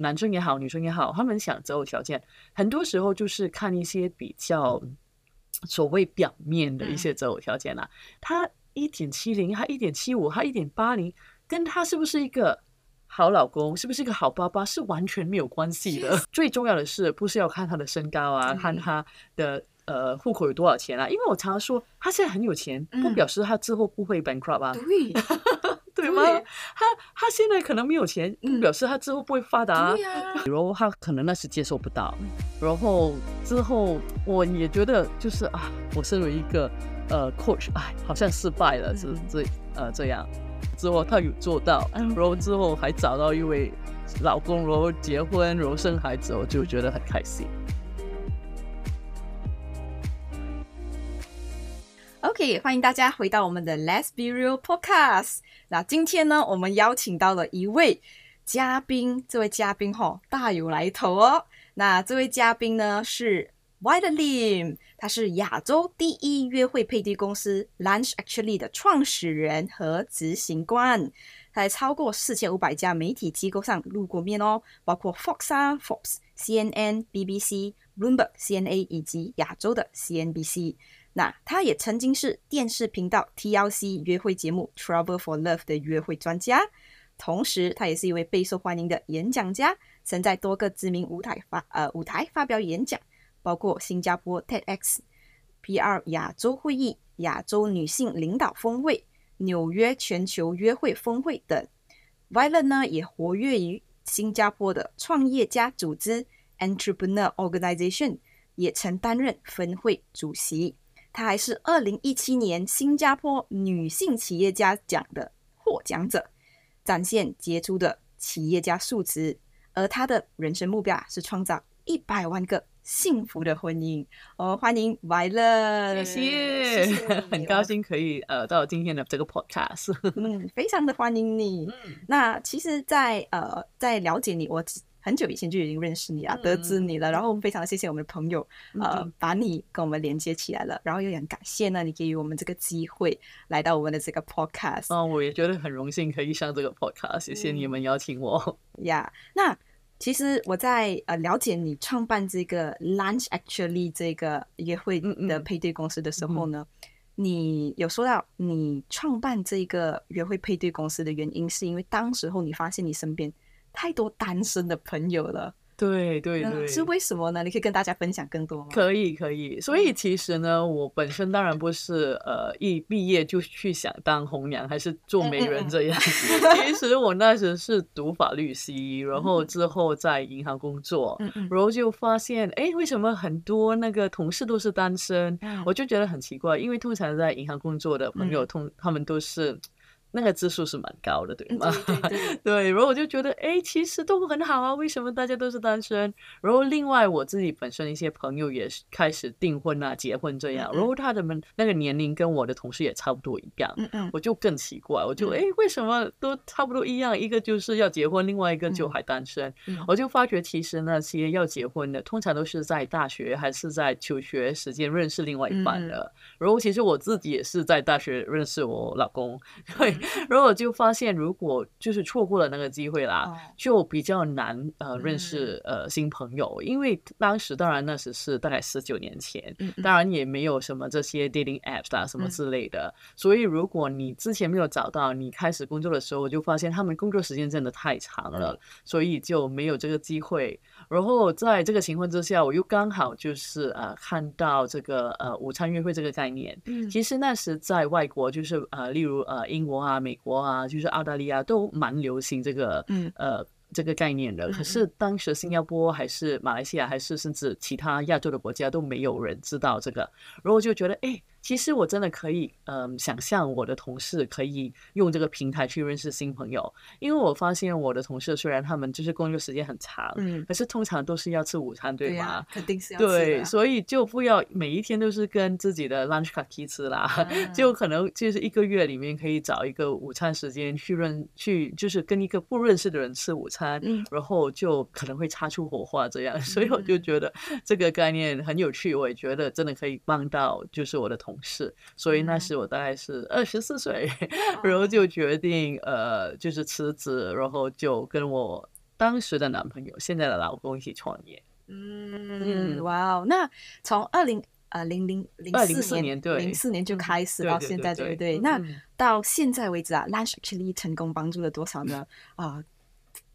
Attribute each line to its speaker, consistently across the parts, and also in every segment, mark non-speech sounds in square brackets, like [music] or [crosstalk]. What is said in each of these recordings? Speaker 1: 男生也好，女生也好，他们想择偶条件，很多时候就是看一些比较所谓表面的一
Speaker 2: 嗯
Speaker 1: 些择偶条件啦、他一点七零，他一点七五，他一点八零，跟他是不是一个好老公，是不是一个好爸爸，是完全没有关系的。 [laughs] 最重要的是，不是要看他的身高啊，
Speaker 2: 嗯
Speaker 1: 看他的呃户口有多少钱啊？因为我常常说，他现在很有钱，不
Speaker 2: 嗯
Speaker 1: 表示他之后不会 bankrupt 啊，
Speaker 2: 对
Speaker 1: 对
Speaker 2: 对
Speaker 1: 吗？他他现在可能没有钱，不
Speaker 2: 嗯
Speaker 1: 表示他之后不会发达、啊
Speaker 2: 对。呀、
Speaker 1: 比如他可能那时接受不到，然后之后我也觉得就是啊，我身为一个呃 coach，哎，好像失败了，这
Speaker 2: 嗯
Speaker 1: 这呃这样。之后他有做到，然后之后还找到一位老公，然后结婚，然后生孩子，我就觉得很开心。
Speaker 2: OK，欢迎大家回到我们的 Let's Be Real Podcast。那今天呢，我们邀请到了一位嘉宾，这位嘉宾吼大有来头哦。那这位嘉宾呢是 Wide Lim，他是亚洲第一约会配对公司 Lunch Actually 的创始人和执行官。他在超过四千五百家媒体机构上露过面哦，包括 Fox 啊、Forbes、CNN、BBC、Bloomberg、CNA 以及亚洲的 CNBC。那他也曾经是电视频道 TLC 约会节目《Trouble for Love》的约会专家，同时他也是一位备受欢迎的演讲家，曾在多个知名舞台发呃舞台发表演讲，包括新加坡 TEDx、PR 亚洲会议、亚洲女性领导峰会、纽约全球约会峰会等。Violet 呢也活跃于新加坡的创业家组织 Entrepreneur Organization，也曾担任分会主席。她还是二零一七年新加坡女性企业家奖的获奖者，展现杰出的企业家素质。而她的人生目标啊是创造一百万个幸福的婚姻。哦，欢迎 Violet，
Speaker 1: 谢
Speaker 2: 谢
Speaker 1: 谢
Speaker 2: 谢，
Speaker 1: 很高兴可以呃到今天的这个 podcast。
Speaker 2: 嗯，非常的欢迎你。
Speaker 1: 嗯
Speaker 2: 那其实在，呃，在了解你，我只很久以前就已经认识你了，
Speaker 1: 嗯
Speaker 2: 得知你了，然后我们非常谢谢我们的朋友，呃，
Speaker 1: 嗯
Speaker 2: 把你跟我们连接起来了，然后又很感谢呢，你给予我们这个机会来到我们的这个 podcast
Speaker 1: 哦，我也觉得很荣幸可以上这个 podcast，谢谢你们邀请我。
Speaker 2: 呀。那其实我在呃了解你创办这个 Lunch Actually 这个约会
Speaker 1: 嗯嗯
Speaker 2: 的配对公司的时候呢。你有说到你创办这个约会配对公司的原因，是因为当时候你发现你身边太多单身的朋友了，
Speaker 1: 对对
Speaker 2: 嗯
Speaker 1: 对，
Speaker 2: 是为什么呢？你可以跟大家分享更多吗？
Speaker 1: 可以，可以。所
Speaker 2: 嗯
Speaker 1: 以其实呢，我本身当然不是呃一毕业就去想当红娘还是做
Speaker 2: 嗯
Speaker 1: 媒人这样。其实我那时是读法律系，然后之后在银行工作，
Speaker 2: 嗯嗯
Speaker 1: 然后就发现哎，诶为什么很多那个同事都是单身？
Speaker 2: 嗯
Speaker 1: 我就觉得很奇怪，因为通常在银行工作的朋友，
Speaker 2: 嗯
Speaker 1: 通他们都是那个支数是蛮高的，对
Speaker 2: 嗯
Speaker 1: 吗？
Speaker 2: 对对
Speaker 1: [laughs]
Speaker 2: 对，
Speaker 1: 对，然后我就觉得，哎，其实都很好啊，为什么大家都是单身？然后另外我自己本身一些朋友也是开始订婚啊、结婚这样，
Speaker 2: 嗯嗯
Speaker 1: 然后他的们那个年龄跟我的同事也差不多一样，
Speaker 2: 嗯嗯
Speaker 1: 我就更奇怪，我就
Speaker 2: 嗯
Speaker 1: 哎，诶为什么都差不多一样？一个就是要结婚，另外一个就
Speaker 2: 嗯
Speaker 1: 还单身。
Speaker 2: 嗯
Speaker 1: 我就发觉，其实那些要结婚的，通常都是在大学还是在求学时间认识另外一半
Speaker 2: 嗯嗯
Speaker 1: 的。然后，其实我自己也是在大学认识我老公， [laughs] 对。
Speaker 2: 嗯
Speaker 1: 然后我就发现，如果就是错过了那个机会啦，
Speaker 2: 哦
Speaker 1: 就比较难呃认
Speaker 2: 嗯
Speaker 1: 识呃新朋友，因为当时当然那时是大概十九年前，
Speaker 2: 嗯嗯
Speaker 1: 当然也没有什么这些 dating apps 啊什么
Speaker 2: 嗯
Speaker 1: 之类的，所以如果你之前没有找到，你开始工作的时候，我就发现他们工作时间真的太长了，所以就没有这个机会。然后在这个情况之下，我又刚好就是呃看到这个呃午餐约会这个概念，
Speaker 2: 嗯
Speaker 1: 其实那时在外国，就是呃，例如呃，英国啊、美国啊，就是澳大利亚都蛮流行这个，
Speaker 2: 嗯
Speaker 1: 呃，这个概念的。
Speaker 2: 嗯
Speaker 1: 可是当时新加坡还是马来西亚，还是甚至其他亚洲的国家都没有人知道这个。然后我就觉得，哎，其实我真的可以，嗯、想象我的同事可以用这个平台去认识新朋友，因为我发现我的同事虽然他们就是工作时间很长，
Speaker 2: 嗯，
Speaker 1: 可是通常都是要吃午餐，对
Speaker 2: 对
Speaker 1: 吗？
Speaker 2: 呀，肯定是要吃
Speaker 1: 对，
Speaker 2: 的啊
Speaker 1: 所以就不要每一天都是跟自己的 lunch cookie 吃啦，
Speaker 2: 嗯
Speaker 1: [laughs] 就可能就是一个月里面可以找一个午餐时间去认去，就是跟一个不认识的人吃午餐，
Speaker 2: 嗯
Speaker 1: 然后就可能会擦出火花这样。 [laughs] 所以我就
Speaker 2: 嗯
Speaker 1: 觉得这个概念很有趣，我也觉得真的可以帮到就是我的同事。所以那
Speaker 2: 嗯哦
Speaker 1: 时我大概是二十四岁，然后就决定呃就是辞职，然后就跟我当时的男朋友、现在的老公一起创业。
Speaker 2: 嗯，哇哦，那从二零呃零零零四
Speaker 1: 2004年对嗯
Speaker 2: 零四年就开始
Speaker 1: 对
Speaker 2: 到
Speaker 1: 对
Speaker 2: 现
Speaker 1: 对
Speaker 2: 在，对不
Speaker 1: 对
Speaker 2: 对？那
Speaker 1: 嗯
Speaker 2: 到现在为止啊，Lunch actually 成功帮助了多少呢？啊，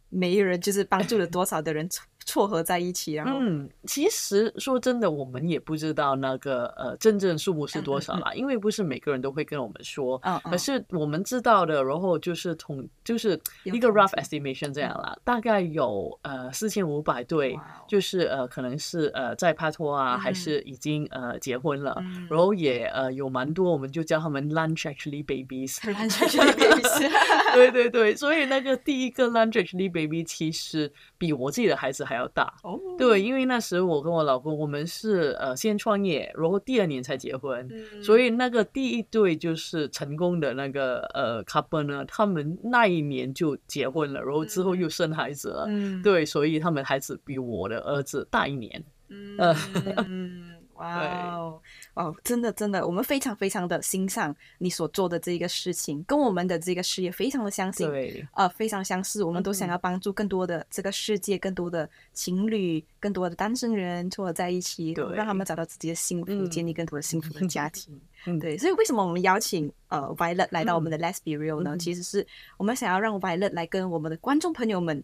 Speaker 2: 每一人就是帮助了多少的人撮撮合在一起，然后
Speaker 1: 嗯，其实说真的，我们也不知道那个呃真正数目是
Speaker 2: 嗯
Speaker 1: 多
Speaker 2: 嗯
Speaker 1: 少啦，因为不是每个人都会跟我们说。
Speaker 2: 嗯
Speaker 1: 可
Speaker 2: 嗯
Speaker 1: 是我们知道的，然后就是统就是
Speaker 2: 有
Speaker 1: 一个
Speaker 2: 统
Speaker 1: rough
Speaker 2: 计嗯
Speaker 1: estimation 这样啦，大概有呃四千五百对
Speaker 2: 哇哦，
Speaker 1: 就是呃可能是呃在拍拖啊，还
Speaker 2: 嗯
Speaker 1: 是已经呃结婚了，
Speaker 2: 嗯
Speaker 1: 然后也呃有蛮多，我们就叫他们 lunch actually babies。
Speaker 2: [laughs] ，Lunch actually
Speaker 1: [laughs]
Speaker 2: babies，
Speaker 1: 对对对，所以那个第一个 lunch actually baby 其实比我自己的孩子还要大。
Speaker 2: 哦，
Speaker 1: 对，因为那时我跟我老公，我们是呃先创业，然后第二年才结婚，
Speaker 2: 嗯，
Speaker 1: 所以那个第一对就是成功的那个呃 couple 呢，他们那一年就结婚了，然后之后又生孩子了。
Speaker 2: 嗯，
Speaker 1: 对，所以他们孩子比我的儿子大一年。呃
Speaker 2: 嗯， [laughs] 哇哦，哇哦，真的真的，我们非常非常的欣赏你所做的这一个事情，跟我们的这个事业非常的相近，
Speaker 1: 对，
Speaker 2: 呃，非常相似。我们都想
Speaker 1: 嗯
Speaker 2: 要帮助更多的这个世界，更多的情侣，更多的单身人撮合在一起，
Speaker 1: 对
Speaker 2: 让他们找到自己的幸福，
Speaker 1: 嗯
Speaker 2: 建立更多的幸福的家庭。
Speaker 1: [laughs] 嗯
Speaker 2: 对，所以为什么我们邀请呃 Violet 来到我们的 Let's Be Real 呢？
Speaker 1: 嗯
Speaker 2: 其实是我们想要让 Violet 来跟我们的观众朋友们。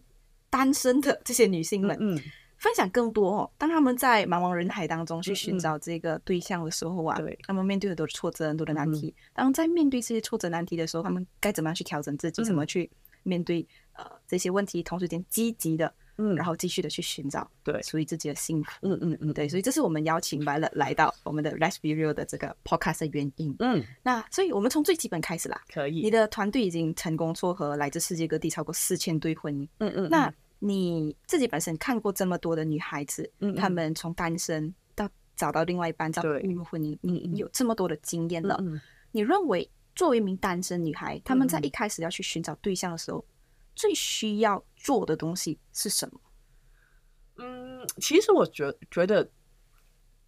Speaker 2: 单身的这些女性们，
Speaker 1: 嗯，
Speaker 2: 分享更多哦。当他们在茫茫人海当中去
Speaker 1: 嗯
Speaker 2: 寻
Speaker 1: 嗯
Speaker 2: 找这个对象的时候啊，
Speaker 1: 对嗯
Speaker 2: 他们面对很多的挫折、很多的难题。当在面对这些挫折难题的时候，他们该怎么样去调整自己？
Speaker 1: 嗯
Speaker 2: 怎么去面对呃这些问题？同时间积极的，
Speaker 1: 嗯，
Speaker 2: 然后继续的去寻找
Speaker 1: 对
Speaker 2: 属于自己的幸福。
Speaker 1: 嗯嗯嗯，
Speaker 2: 对，所以这是我们邀请白了来到我们的 Let's Be Real 的这个 podcast 的原因。
Speaker 1: 嗯，
Speaker 2: 那所以我们从最基本开始啦。
Speaker 1: 可以。
Speaker 2: 你的团队已经成功撮合来自世界各地超过四千对婚姻，
Speaker 1: 嗯嗯，
Speaker 2: 那你自己本身看过这么多的女孩子，
Speaker 1: 嗯嗯
Speaker 2: 她们从单身到找到另外一半，到
Speaker 1: 对
Speaker 2: 步入婚姻，你
Speaker 1: 嗯嗯
Speaker 2: 你有这么多的经验了。
Speaker 1: 嗯嗯
Speaker 2: 你认为作为一名单身女孩，她们在
Speaker 1: 嗯嗯
Speaker 2: 一开始要去寻找对象的时候，最需要做的东西是什么？
Speaker 1: 嗯，其实我觉觉得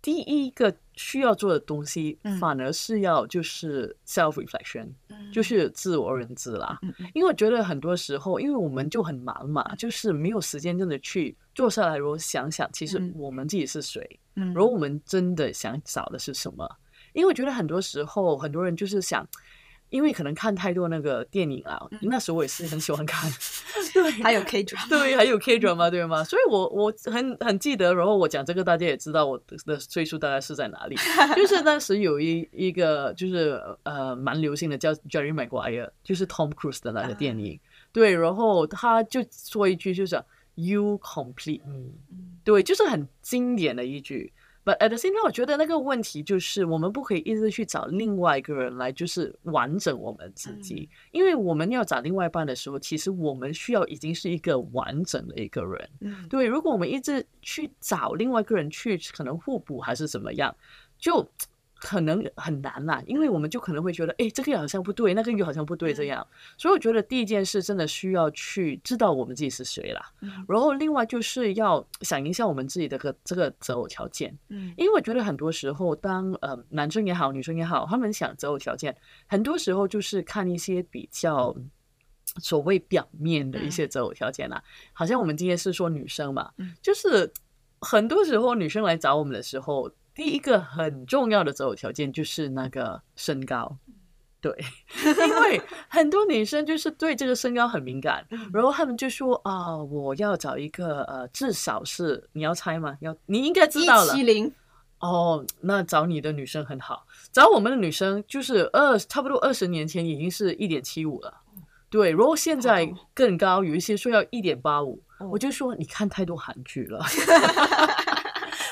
Speaker 1: 第一个需要做的东西
Speaker 2: 嗯，
Speaker 1: 反而是要就是 self reflection，、就是自我认知啦。
Speaker 2: 嗯嗯
Speaker 1: 因为我觉得很多时候，因为我们就很忙嘛，就是没有时间真的去坐下来，然后想想，其实
Speaker 2: 嗯
Speaker 1: 我们自己是谁，
Speaker 2: 嗯
Speaker 1: 然后我们真的想找的是什么。因为我觉得很多时候，很多人就是想。因为可能看太多那个电影啊，
Speaker 2: 嗯
Speaker 1: 那时候我也是很喜欢
Speaker 2: [laughs]
Speaker 1: 看，对，
Speaker 2: 还有 K drama，
Speaker 1: 对，还有 K drama 对吗？所以我我很很记得，然后我讲这个，大家也知道我的的岁数大概是在哪里。就是当时有一一个就是呃蛮流行的叫 Jerry Maguire，就是 Tom Cruise 的那个电影。对，然后他就说一句就是 “You complete me”，对，就是很经典的一句。But at the same time，我觉得那个问题就是，我们不可以一直去找另外一个人来，就是完整我们自己，因为我们要找另外一半的时候，其实我们需要已经是一个完整的一个人。
Speaker 2: 嗯
Speaker 1: 对，如果我们一直去找另外一个人去，可能互补还是怎么样，就可能很难啦，因为我们就可能会觉得，哎，这个好像不对，那个又好像不对，这样。所以我觉得第一件事真的需要去知道我们自己是谁啦，
Speaker 2: 嗯
Speaker 1: 然后另外就是要想一下我们自己的个这个择偶条件，
Speaker 2: 嗯
Speaker 1: 因为我觉得很多时候当呃男生也好，女生也好，他们想择偶条件，很多时候就是看一些比较。所谓表面的一些择偶条件啦、好像我们今天是说女生嘛，
Speaker 2: 嗯
Speaker 1: 就是很多时候女生来找我们的时候，第一个很重要的择偶条件就是那个身高。
Speaker 2: 嗯
Speaker 1: 对， [laughs] 因为很多女生就是对这个身高很敏感，
Speaker 2: 嗯
Speaker 1: 然后她们就说啊、我要找一个呃，至少是你要猜吗？要你应该知道了
Speaker 2: 一七零，
Speaker 1: 哦。那找你的女生很好，找我们的女生就是二差不多二十年前已经是一点七五了，对，然后现在
Speaker 2: 哦
Speaker 1: 更高，有一些说要一点八五，
Speaker 2: 哦
Speaker 1: 我就说你看太多韩剧了。 [laughs]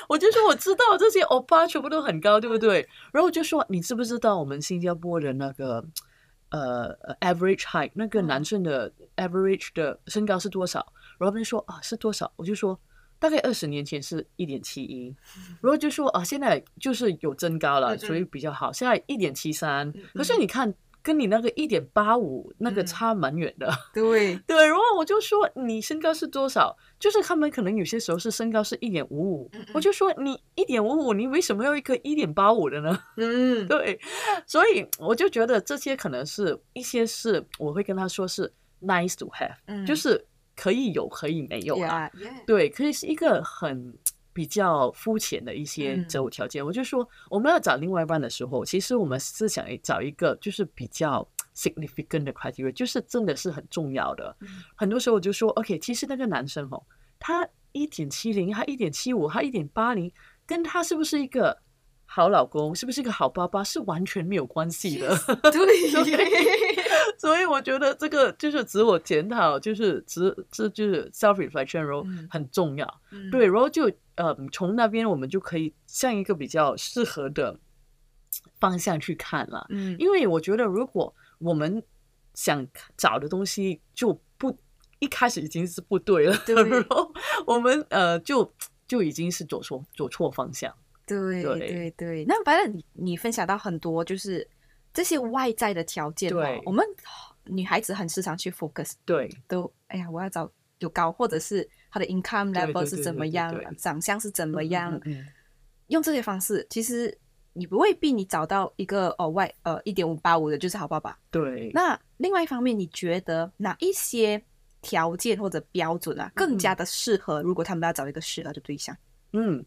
Speaker 1: 我就说我知道这些欧巴全部都很高，对不对？然后我就说你知不知道我们新加坡的那个呃呃 average height 那个
Speaker 2: 嗯
Speaker 1: 男生的 average 的身高是多少？然后他们就说啊是多少？我就说大概二十年前是一点七一，然后就说啊现在就是有增高
Speaker 2: 嗯
Speaker 1: 了，
Speaker 2: 嗯
Speaker 1: 所以比较好，现在一点七三
Speaker 2: 嗯。
Speaker 1: 可是你看跟你那个一点八五那个
Speaker 2: 嗯
Speaker 1: 差蛮远的。
Speaker 2: 对，
Speaker 1: 对，然后我就说你身高是多少？就是他们可能有些时候是身高是一点五五
Speaker 2: 嗯嗯，
Speaker 1: 我就说你一点五五，你为什么要一个一点八五的呢？ [laughs]
Speaker 2: 嗯
Speaker 1: 对，所以我就觉得这些可能是一些是我会跟他说是 nice to have，、
Speaker 2: 嗯
Speaker 1: 就是可以有，可以没有啊啦。
Speaker 2: 呀，
Speaker 1: 对，可以是一个很比较肤浅的一些择偶条件。我就说，我们要找另外一半的时候，其实我们是想找一个就是比较 significant 的 criteria，就是真的是很重要的。很多时候我就说，OK，其实那个男生哦，他一点七零，他一点七五，他一点八零，跟他是不是一个好老公，是不是一个好爸爸，是完全没有关系的。
Speaker 2: 对，
Speaker 1: [laughs] 所以我觉得这个就是自我检讨，就是自这就是 self reflection role
Speaker 2: 嗯
Speaker 1: 很重要。对，，然后就呃，从那边我们就可以向一个比较适合的方向去看了。
Speaker 2: 嗯，
Speaker 1: 因为我觉得，如果我们想找的东西就不一开始已经是不对了，
Speaker 2: 对
Speaker 1: [laughs] 然后我们呃就就已经是走错走错方向。
Speaker 2: 对
Speaker 1: 对
Speaker 2: 对对，那反正你你分享到很多就是这些外在的条件哦
Speaker 1: 对
Speaker 2: 我们女孩子很时常去 focus，
Speaker 1: 对，
Speaker 2: 都哎呀，我要找有高，或者是她的 income
Speaker 1: 对对
Speaker 2: level
Speaker 1: 对
Speaker 2: 是
Speaker 1: 对
Speaker 2: 怎么
Speaker 1: 对对
Speaker 2: 样
Speaker 1: 对，
Speaker 2: 长相是怎么
Speaker 1: 嗯
Speaker 2: 样，
Speaker 1: 嗯嗯
Speaker 2: 用这些方式，其实你不未必你找到一个哦外呃一点五八五的就是好爸爸。
Speaker 1: 对，
Speaker 2: 那另外一方面，你觉得哪一些条件或者标准啊更加的适合？如果他们要找一个适合的对象，
Speaker 1: 嗯。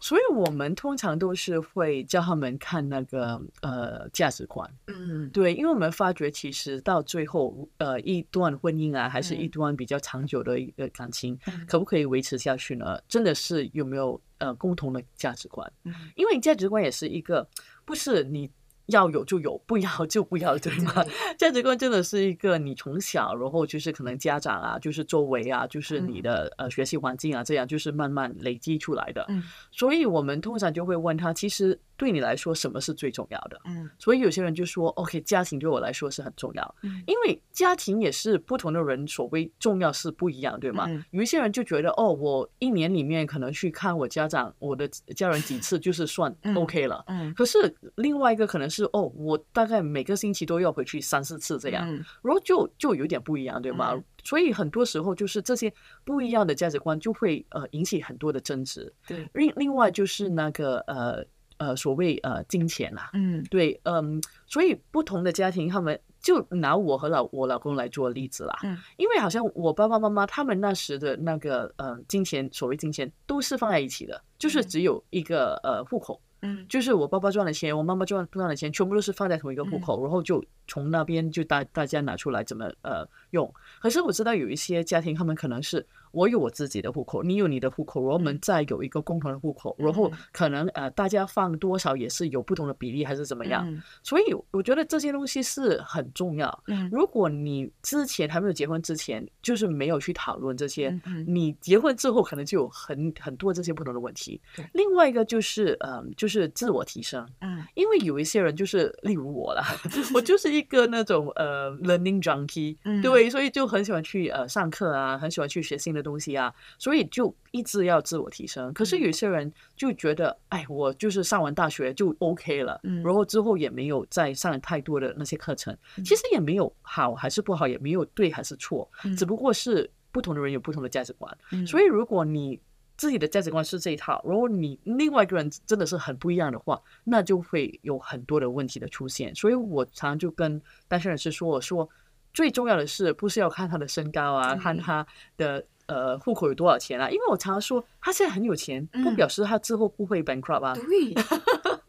Speaker 1: 所以我们通常都是会叫他们看那个呃价值观，
Speaker 2: 嗯，
Speaker 1: 对，因为我们发觉，其实到最后，呃，一段婚姻啊，还是一
Speaker 2: 嗯
Speaker 1: 段比较长久的一个感情，
Speaker 2: 嗯
Speaker 1: 可不可以维持下去呢？真的是有没有呃共同的价值观？
Speaker 2: 嗯
Speaker 1: 因为价值观也是一个，不是你要有就有，不要就不要，对吗？ [laughs] 价值观真的是一个你从小，然后就是可能家长啊，就是周围啊，就是
Speaker 2: 嗯
Speaker 1: 你的、呃学习环境啊，这样就是慢慢累积出来的。
Speaker 2: 嗯
Speaker 1: 所以我们通常就会问他，其实对你来说，什么是最重要的？
Speaker 2: 嗯
Speaker 1: 所以有些人就说，OK，家庭对我来说是很重要，
Speaker 2: 嗯
Speaker 1: 因为家庭也是不同的人所谓重要是不一样，对吗？
Speaker 2: 嗯
Speaker 1: 有一些人就觉得，哦，我一年里面可能去看我家长、我的家人几次，就是算
Speaker 2: 嗯
Speaker 1: OK 了。
Speaker 2: 嗯，
Speaker 1: 可是另外一个可能是，哦，我大概每个星期都要回去三四次这样，
Speaker 2: 嗯
Speaker 1: 然后就就有点不一样，对吗？
Speaker 2: 嗯
Speaker 1: 所以很多时候就是这些不一样的价值观就会呃引起很多的争执。
Speaker 2: 对，
Speaker 1: 另另外就是那个呃呃所谓呃金钱啦、
Speaker 2: 嗯
Speaker 1: 对，嗯，所以不同的家庭，他们就拿我和老我老公来做例子啦，
Speaker 2: 嗯
Speaker 1: 因为好像我爸爸妈妈他们那时的那个呃金钱，所谓金钱都是放在一起的，就是
Speaker 2: 嗯
Speaker 1: 只有一个呃户口，
Speaker 2: 嗯
Speaker 1: 就是我爸爸赚的钱，我妈妈赚赚的钱，全部都是放在同一
Speaker 2: 嗯
Speaker 1: 个户口，然后就从那边就大大家拿出来怎么呃用。可是我知道有一些家庭，他们可能是我有我自己的户口，你有你的户口，然后我们
Speaker 2: 嗯
Speaker 1: 再有一个共同的户口，然后
Speaker 2: 嗯
Speaker 1: 可能呃大家放多少也是有不同的比例还是怎么样。
Speaker 2: 嗯
Speaker 1: 所以我觉得这些东西是很重要。
Speaker 2: 嗯
Speaker 1: 如果你之前还没有结婚之前，就是没有去讨论这些，
Speaker 2: 嗯嗯
Speaker 1: 你结婚之后可能就有很很多这些不同的问题
Speaker 2: 对。
Speaker 1: 另外一个就是，嗯、就是自我提升，
Speaker 2: 嗯
Speaker 1: 因为有一些人就是，例如我啦， [laughs] 我就是一个那种呃 learning junkie，
Speaker 2: 嗯
Speaker 1: 对，所以就很喜欢去呃上课啊，很喜欢去学新的东西啊，所以就一直要自我提升。可是
Speaker 2: 嗯
Speaker 1: 有些人就觉得，哎，我就是上完大学就 OK 了，
Speaker 2: 嗯
Speaker 1: 然后之后也没有再上太多的那些课程，其实也没有好还是不好，也没有对还是错，
Speaker 2: 嗯
Speaker 1: 只不过是不同的人有不同的价值观。
Speaker 2: 嗯
Speaker 1: 所以如果你自己的价值观是这一套，然后你另外一个人真的是很不一样的话，那就会有很多的问题的出现。所以我常常就跟单身人士说，我说最重要的是不是要看他的身高啊，
Speaker 2: 嗯
Speaker 1: 看他的。呃，户口有多少钱啊？因为我常常说他现在很有钱，不
Speaker 2: 嗯
Speaker 1: 表示他之后不会 bankrupt 啊，
Speaker 2: 对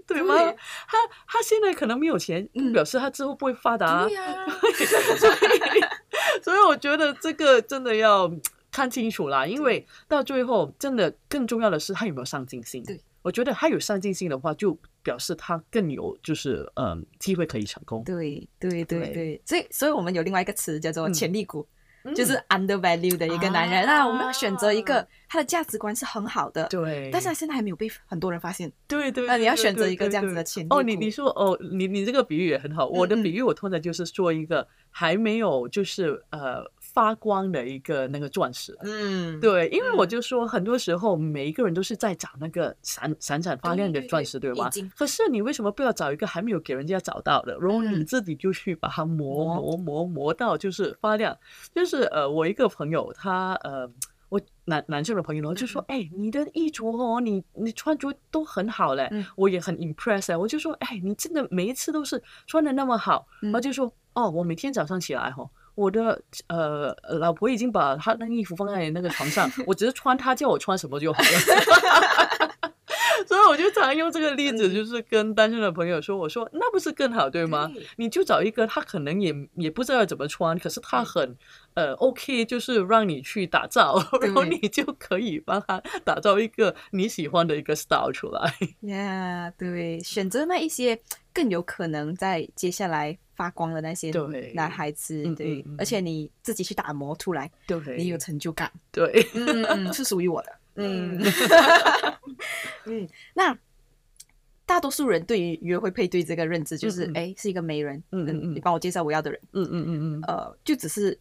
Speaker 1: 对吗？
Speaker 2: 对
Speaker 1: 他他现在可能没有钱，不
Speaker 2: 嗯
Speaker 1: 表示他之后不会发达、啊
Speaker 2: 对。呀，
Speaker 1: 所以我觉得这个真的要看清楚啦，因为到最后，真的更重要的是他有没有上进心。
Speaker 2: 对，
Speaker 1: 我觉得他有上进心的话，就表示他更有就是嗯机会可以成功。
Speaker 2: [laughs] 对对对
Speaker 1: 对
Speaker 2: 对，所以所以我们有另外一个词叫做
Speaker 1: 嗯
Speaker 2: 潜力股。
Speaker 1: 嗯
Speaker 2: 就是 undervalue 的一个男人。
Speaker 1: 啊
Speaker 2: 那我们要选择一个他的价值观是很好的，
Speaker 1: 对，
Speaker 2: 但是他现在还没有被很多人发现。
Speaker 1: 对对，
Speaker 2: 那你要
Speaker 1: 对
Speaker 2: 选择
Speaker 1: 对
Speaker 2: 一个
Speaker 1: 对
Speaker 2: 这样子
Speaker 1: 对
Speaker 2: 的潜力
Speaker 1: 哦，你
Speaker 2: 股
Speaker 1: 你说哦，你你这个比喻也很好。我的
Speaker 2: 嗯嗯
Speaker 1: 比喻我通常就是说一个还没有就是呃发光的一个那个钻石。
Speaker 2: 嗯，
Speaker 1: 对，因为我
Speaker 2: 嗯
Speaker 1: 就说，很多时候每一个人都是在找那个闪闪闪发亮的
Speaker 2: 对对
Speaker 1: 钻石，对
Speaker 2: 已
Speaker 1: 吗
Speaker 2: 经？
Speaker 1: 可是你为什么不要找一个还没有给人家找到的，然后你
Speaker 2: 嗯
Speaker 1: 自己就去把它磨
Speaker 2: 磨
Speaker 1: 磨磨磨到就是发亮？就是呃，我一个朋友，他呃。我男男生的
Speaker 2: 嗯
Speaker 1: 朋友呢，就说：“哎、你的衣着哦，你你穿着都很好嘞，
Speaker 2: 嗯
Speaker 1: 我也很 impress 哎。”我就说：“哎，你真的每一次都是穿的那么好。然后
Speaker 2: 嗯
Speaker 1: 就说：“哦，我每天早上起来哈、哦，我的呃老婆已经把她的衣服放在那个床
Speaker 2: [laughs]
Speaker 1: 上，我只是穿她叫我穿什么就好了。
Speaker 2: [laughs]
Speaker 1: 所以我就常用这个例
Speaker 2: 嗯
Speaker 1: 子，就是跟单身的朋友说，我说那不是更好对吗？
Speaker 2: 对
Speaker 1: 你就找一个他可能也也不知道怎么穿，可是他
Speaker 2: 嗯
Speaker 1: 很呃 OK，就是让你去打造，然后
Speaker 2: 对
Speaker 1: 你就可以帮他打造一个你喜欢的一个 style 出来。
Speaker 2: 呀对，选择那一些更有可能在接下来发光的那些
Speaker 1: 对
Speaker 2: 男孩子，
Speaker 1: 嗯嗯
Speaker 2: 对，
Speaker 1: 嗯
Speaker 2: 而且你自己去打磨出来，
Speaker 1: 对，
Speaker 2: 你有成就感，
Speaker 1: [laughs] 对，
Speaker 2: 嗯， [laughs] 嗯，是属于我的，嗯嗯，那。大多数人对于约会配对这个认知就是
Speaker 1: 嗯，嗯
Speaker 2: 哎、是一个媒人，
Speaker 1: 嗯嗯嗯
Speaker 2: 你帮我介绍我要的人，
Speaker 1: 嗯嗯嗯嗯
Speaker 2: 呃，就只是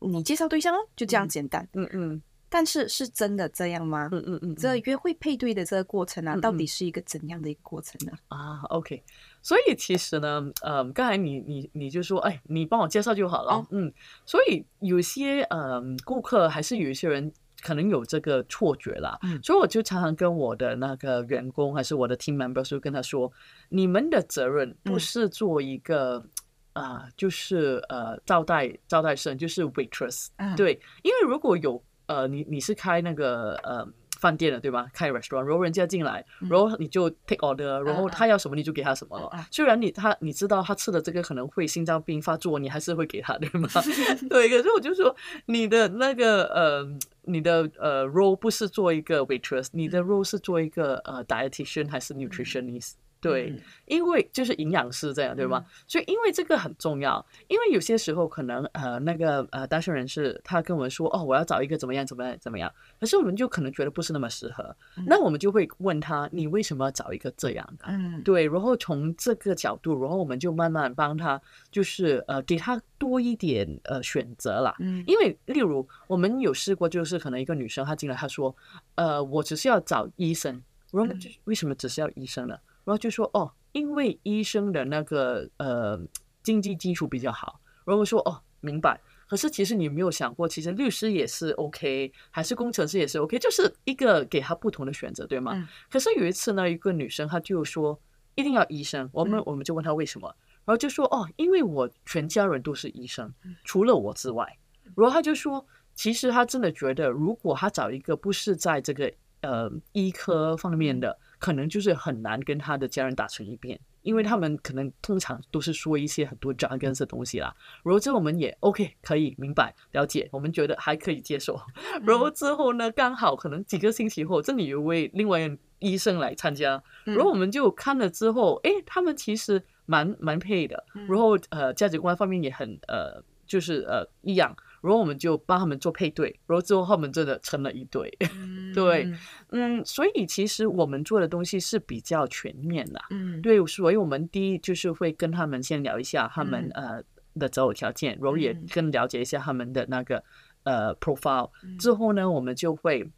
Speaker 2: 你介绍对象哦，就这样简单。
Speaker 1: 嗯嗯
Speaker 2: 但是是真的这样吗？
Speaker 1: 嗯嗯嗯，
Speaker 2: 这约会配对的这个过程啊，
Speaker 1: 嗯
Speaker 2: 到底是一个怎样的一个过程呢？
Speaker 1: 啊，OK，所以其实呢，嗯，刚才你你你就说，哎，你帮我介绍就好了，
Speaker 2: 哦
Speaker 1: 嗯，所以有些嗯顾客还是有一些人可能有这个错觉啦，
Speaker 2: 嗯
Speaker 1: 所以我就常常跟我的那个员工还是我的 team member 就跟他说，你们的责任不
Speaker 2: 嗯
Speaker 1: 是做一个啊、就是呃招待招待生，就是 waitress，
Speaker 2: 啊，
Speaker 1: 对，因为如果有呃，你你是开那个呃饭店的对吧？开 restaurant，然后人家进来，
Speaker 2: 嗯
Speaker 1: 然后你就 take order，然后
Speaker 2: 啊
Speaker 1: 他要什么你就给他什么
Speaker 2: 啊
Speaker 1: 了
Speaker 2: 啊。
Speaker 1: 虽然你他你知道他吃的这个可能会心脏病发作，你还是会给他对
Speaker 2: [laughs]
Speaker 1: 吗？对，可是我就说你的那个呃。你的呃 role 不是做一个 waitress，你
Speaker 2: 嗯
Speaker 1: 的 role 是做一个呃 dietitian 还是 nutritionist？对，
Speaker 2: 嗯
Speaker 1: 因为就是营养师这样对吗？所以因为这个很重要，因为有些时候可能呃那个呃单身人士他跟我们说哦我要找一个怎么样怎么样怎么样，可是我们就可能觉得不是那么适合，
Speaker 2: 嗯
Speaker 1: 那我们就会问他你为什么要找一个这样的？
Speaker 2: 嗯，
Speaker 1: 对，然后从这个角度，然后我们就慢慢帮他，就是呃给他多一点呃选择啦。
Speaker 2: 嗯，
Speaker 1: 因为例如我们有试过，就是可能一个女生她进来，她说，呃，我只是要找医生，然后
Speaker 2: 嗯
Speaker 1: 就为什么只是要医生呢？然后就说哦，因为医生的那个呃经济基础比较好，然后我说哦，明白。可是其实你有没有想过，其实律师也是 OK，还是工程师也是 OK，就是一个给他不同的选择，对吗？
Speaker 2: 嗯
Speaker 1: 可是有一次呢，一个女生她就说一定要医生，我们、
Speaker 2: 嗯
Speaker 1: 我们就问她为什么，然后就说哦，因为我全家人都是医生，
Speaker 2: 嗯
Speaker 1: 除了我之外。然后他就说，其实他真的觉得，如果他找一个不是在这个呃医科方面的，可能就是很难跟他的家人打成一片，因为他们可能通常都是说一些很多 jargon 的东西啦。然后这我们也 OK 可以明白了解，我们觉得还可以接受。 [laughs] 然后之后呢，刚好可能几个星期后，这里有一位另外一位医生来参加，
Speaker 2: 嗯
Speaker 1: 然后我们就看了之后，诶，他们其实蛮蛮配的，
Speaker 2: 嗯
Speaker 1: 然后呃价值观方面也很呃就是呃一样，然后我们就帮他们做配对，然后之后他们真的成了一对， [laughs]
Speaker 2: 嗯
Speaker 1: 对，嗯，所以其实我们做的东西是比较全面的，
Speaker 2: 嗯，
Speaker 1: 对，所以我们第一就是会跟他们先聊一下他们、呃的择偶条件，然后也
Speaker 2: 嗯
Speaker 1: 更了解一下他们的那个呃 profile，
Speaker 2: 嗯
Speaker 1: 之后呢，我们就会，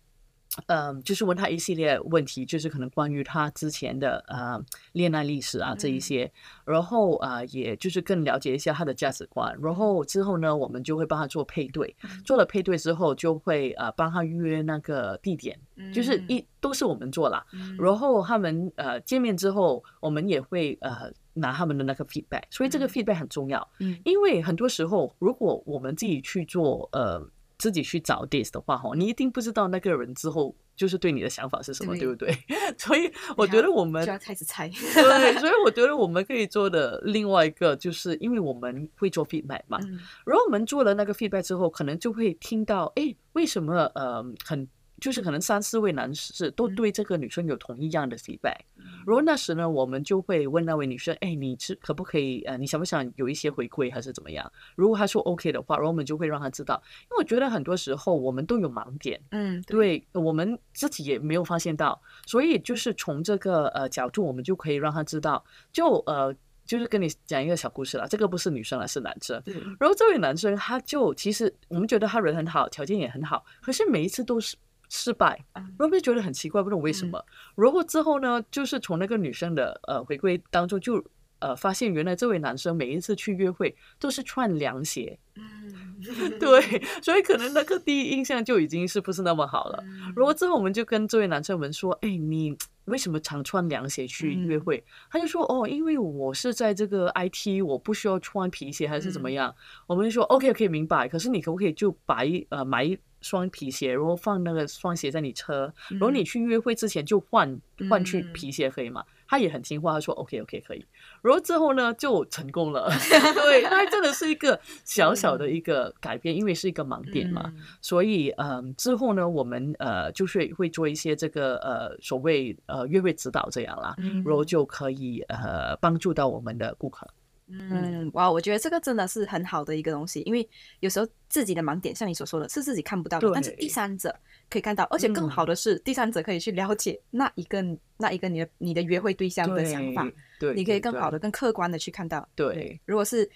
Speaker 1: 嗯、就是问他一系列问题，就是可能关于他之前的呃恋爱历史啊这一
Speaker 2: 嗯
Speaker 1: 些，然后啊、呃也就是更了解一下他的价值观，然后之后呢，我们就会帮他做配对，
Speaker 2: 嗯
Speaker 1: 做了配对之后，就会呃帮他约那个地点，就是
Speaker 2: 嗯，
Speaker 1: 一都是我们做啦，
Speaker 2: 嗯
Speaker 1: 然后他们呃见面之后，我们也会呃拿他们的那个 feedback，所以这个
Speaker 2: 嗯
Speaker 1: feedback 很重要。
Speaker 2: 嗯
Speaker 1: 因为很多时候，如果我们自己去做，呃，自己去找 dates 的话，哈，你一定不知道那个人之后就是对你的想法是什么，
Speaker 2: 对
Speaker 1: 对不对？ [laughs] 所以我觉得我们
Speaker 2: 就要开始
Speaker 1: [laughs]
Speaker 2: 猜，
Speaker 1: 对，所以我觉得我们可以做的另外一个，就是因为我们会做 feedback 嘛，
Speaker 2: 嗯
Speaker 1: 然后我们做了那个 feedback 之后，可能就会听到，哎，为什么呃很就是可能三四位男士都
Speaker 2: 嗯
Speaker 1: 对这个女生有同一样的 feedback，、然后那时呢，我们就会问那位女生，哎，你是可不可以呃，你想不想有一些回馈还是怎么样？如果她说 OK 的话，然后我们就会让她知道，因为我觉得很多时候我们都有盲点，
Speaker 2: 嗯，
Speaker 1: 对我们自己也没有发现到，所以就是从这个呃角度，我们就可以让他知道，就呃就是跟你讲一个小故事啦，这个不是女生啦，是男生。
Speaker 2: 对，嗯
Speaker 1: 然后这位男生他就其实我们觉得他人很好，条件也很好，可是每一次都是失败，
Speaker 2: 嗯
Speaker 1: 然后就觉得很奇怪，不懂为什么。然后之后呢，就是从那个女生的呃回归当中就。呃，发现原来这位男生每一次去约会都是穿凉鞋，
Speaker 2: 嗯，
Speaker 1: [laughs]
Speaker 2: [laughs]
Speaker 1: 对，所以可能那个第一印象就已经是不是那么好了。
Speaker 2: 嗯
Speaker 1: 如果之后我们就跟这位男生们说，哎，你为什么常穿凉鞋去约会？他就说哦，因为我是在这个 IT，我不需要穿皮鞋还是怎么样。我们就说 OK，可以明白。可是你可不可以就把一呃买一双皮鞋，然后放那个双鞋在你车，然后你去约会之前就换换去
Speaker 2: 嗯
Speaker 1: 皮鞋可以吗？他也很听话，他说 OK OK 可以。然后之后呢就成功了， [laughs] 对，他真的是一个小小的一个改变，因为是一个盲点嘛。
Speaker 2: 嗯
Speaker 1: 所以，嗯，之后呢，我们呃就是会做一些这个呃所谓呃约会指导这样啦，
Speaker 2: 嗯
Speaker 1: 然后就可以呃帮助到我们的顾客。
Speaker 2: 嗯，哇，我觉得这个真的是很好的一个东西，因为有时候自己的盲点，像你所说的，是自己看不到的，
Speaker 1: 对嗯
Speaker 2: 但是第三者可以看到，而且更好的是，第三者可以去了解那一个那一个你的你的约会对象的想法，
Speaker 1: 对，对，
Speaker 2: 你可以更好
Speaker 1: 的
Speaker 2: 的、更客观的去看到。
Speaker 1: 对
Speaker 2: 如果是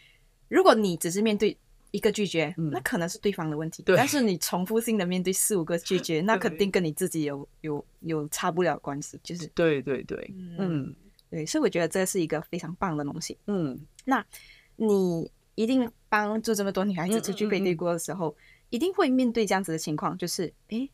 Speaker 2: 如果你只是面对一个拒绝，
Speaker 1: 嗯
Speaker 2: 那可能是对方的问题，
Speaker 1: 对
Speaker 2: 但是你重复性的面对四五个
Speaker 1: [laughs]
Speaker 2: 拒绝，那肯
Speaker 1: 对
Speaker 2: 定跟你自己有有有差不了关系，就是
Speaker 1: 对对对，
Speaker 2: 嗯，
Speaker 1: 嗯
Speaker 2: 对，所以我觉得这是一个非常棒的东西。
Speaker 1: 嗯
Speaker 2: 你一定帮助这么多女孩子
Speaker 1: 嗯
Speaker 2: 出去被对过的时候，一定会面对这样子的情况，就是诶，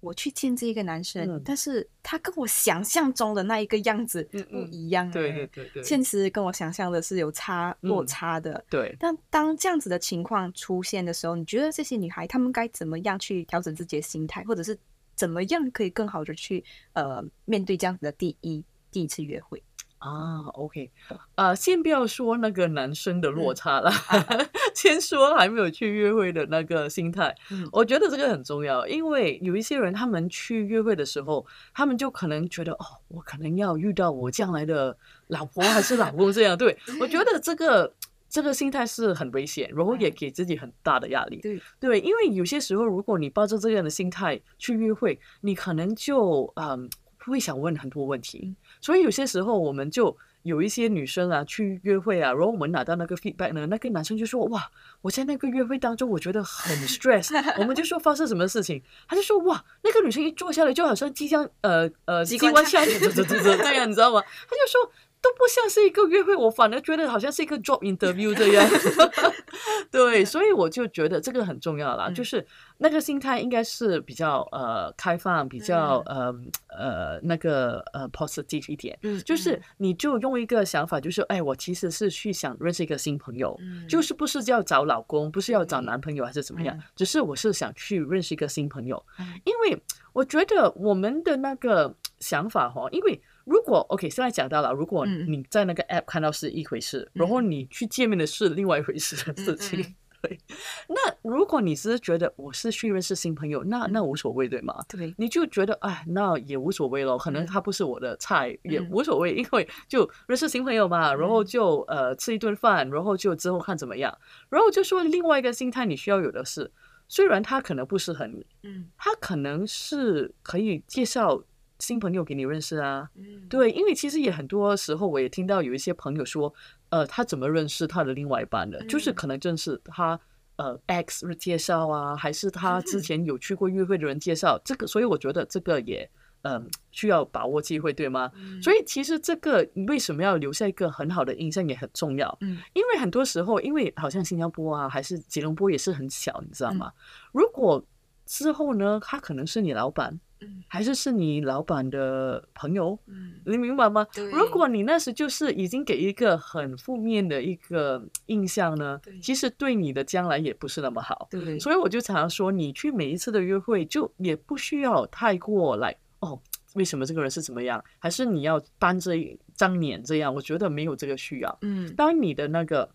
Speaker 2: 我去见这一个男生，
Speaker 1: 嗯
Speaker 2: 但是他跟我想象中的那一个样子
Speaker 1: 嗯
Speaker 2: 不
Speaker 1: 嗯
Speaker 2: 一样、欸
Speaker 1: 对对，对对，
Speaker 2: 现实跟我想象的是有差
Speaker 1: 嗯
Speaker 2: 落差的。
Speaker 1: 对
Speaker 2: 但当这样子的情况出现的时候，你觉得这些女孩她们该怎么样去调整自己的心态，或者是怎么样可以更好的去呃面对这样子的第一第一次约会？
Speaker 1: 啊，OK，呃，先不要说那个男生的
Speaker 2: 嗯
Speaker 1: 落差啦，
Speaker 2: 啊
Speaker 1: [laughs] 先说还没有去约会的那个心态，
Speaker 2: 嗯
Speaker 1: 我觉得这个很重要，因为有一些人他们去约会的时候，他们就可能觉得哦，我可能要遇到我将来的老婆还是老公这样，对我觉得这个这个心态是很危险，然后也
Speaker 2: 嗯
Speaker 1: 给自己很大的压力。
Speaker 2: 对，
Speaker 1: 对，因为有些时候，如果你抱着这样的心态去约会，你可能就嗯会想问很多问题
Speaker 2: 嗯。
Speaker 1: 所以有些时候，我们就有一些女生啊去约会啊，然后我们拿到那个 feedback 呢，那个男生就说：“哇，我在那个约会当中，我觉得很 stress。”我
Speaker 2: [laughs]
Speaker 1: 们就说发生什么事情，他就说：“哇，那个女生一坐下来，就好像即将呃呃
Speaker 2: 机
Speaker 1: 机
Speaker 2: 关
Speaker 1: 关
Speaker 2: 枪
Speaker 1: 枪 [laughs] 这这这这这样，你知道吗？”他就说。都不像是一个约会，我反而觉得好像是一个 job interview 这
Speaker 2: [laughs]
Speaker 1: 样。对，所以我就觉得这个很重要啦，
Speaker 2: 嗯
Speaker 1: 就是那个心态应该是比较呃开放，比较呃呃那个呃 positive 一点，
Speaker 2: 嗯
Speaker 1: 就是你就用一个想法，就是哎，我其实是去想认识一个新朋友。
Speaker 2: 嗯
Speaker 1: 就是不是要找老公，不是要找
Speaker 2: 对
Speaker 1: 男朋友还是怎么样
Speaker 2: 嗯，
Speaker 1: 只是我是想去认识一个新朋友
Speaker 2: 嗯，
Speaker 1: 因为我觉得我们的那个想法哈，因为如果 OK，现在讲到了，如果
Speaker 2: 嗯
Speaker 1: 你在那个 app 看到是一回事，然后你去见面的是另外一回事的事情，
Speaker 2: 嗯嗯
Speaker 1: 那如果你只是觉得我是去认识新朋友，那那无所谓，对吗？
Speaker 2: 对，
Speaker 1: 你就觉得哎，那也无所谓咯，可能
Speaker 2: 嗯
Speaker 1: 他不是我的菜，也
Speaker 2: 嗯
Speaker 1: 无所谓，因为就认识新朋友嘛，然后
Speaker 2: 嗯
Speaker 1: 就呃吃一顿饭，然后就之后看怎么样。然后就说另外一个心态你需要有的是，虽然他可能不适合你，
Speaker 2: 嗯
Speaker 1: 他可能是可以介绍新朋友给你认识啊。
Speaker 2: 嗯，
Speaker 1: 对，因为其实也很多时候，我也听到有一些朋友说，呃，他怎么认识他的另外一半的？就是
Speaker 2: 嗯
Speaker 1: 可能正是他呃 X 介绍啊，还是他
Speaker 2: 嗯
Speaker 1: 之前有去过约会的人介绍这个，所以我觉得这个也嗯、需要把握机会，对吗？所
Speaker 2: 以
Speaker 1: 以其实这个你为什么要留下一个很好的印象也很重要，
Speaker 2: 嗯
Speaker 1: 因为很多时候，因为好像新加坡啊，还是吉隆坡也是很小，你知道
Speaker 2: 嗯
Speaker 1: 吗？如果之后呢，他可能是你老板，
Speaker 2: 嗯
Speaker 1: 还是是你老板的朋友，
Speaker 2: 嗯。
Speaker 1: 你明白吗？
Speaker 2: 对
Speaker 1: 如果你那时就是已经给一个很负面的一个嗯印象呢
Speaker 2: 对，
Speaker 1: 其实对你的将来也不是那么好。
Speaker 2: 对，
Speaker 1: 所以我就常常说，你去每一次的约会，就也不需要太过来哦，为什么这个人是怎么样，还是你要当着一张脸这样，我觉得没有这个需要。
Speaker 2: 嗯
Speaker 1: 当你的那个，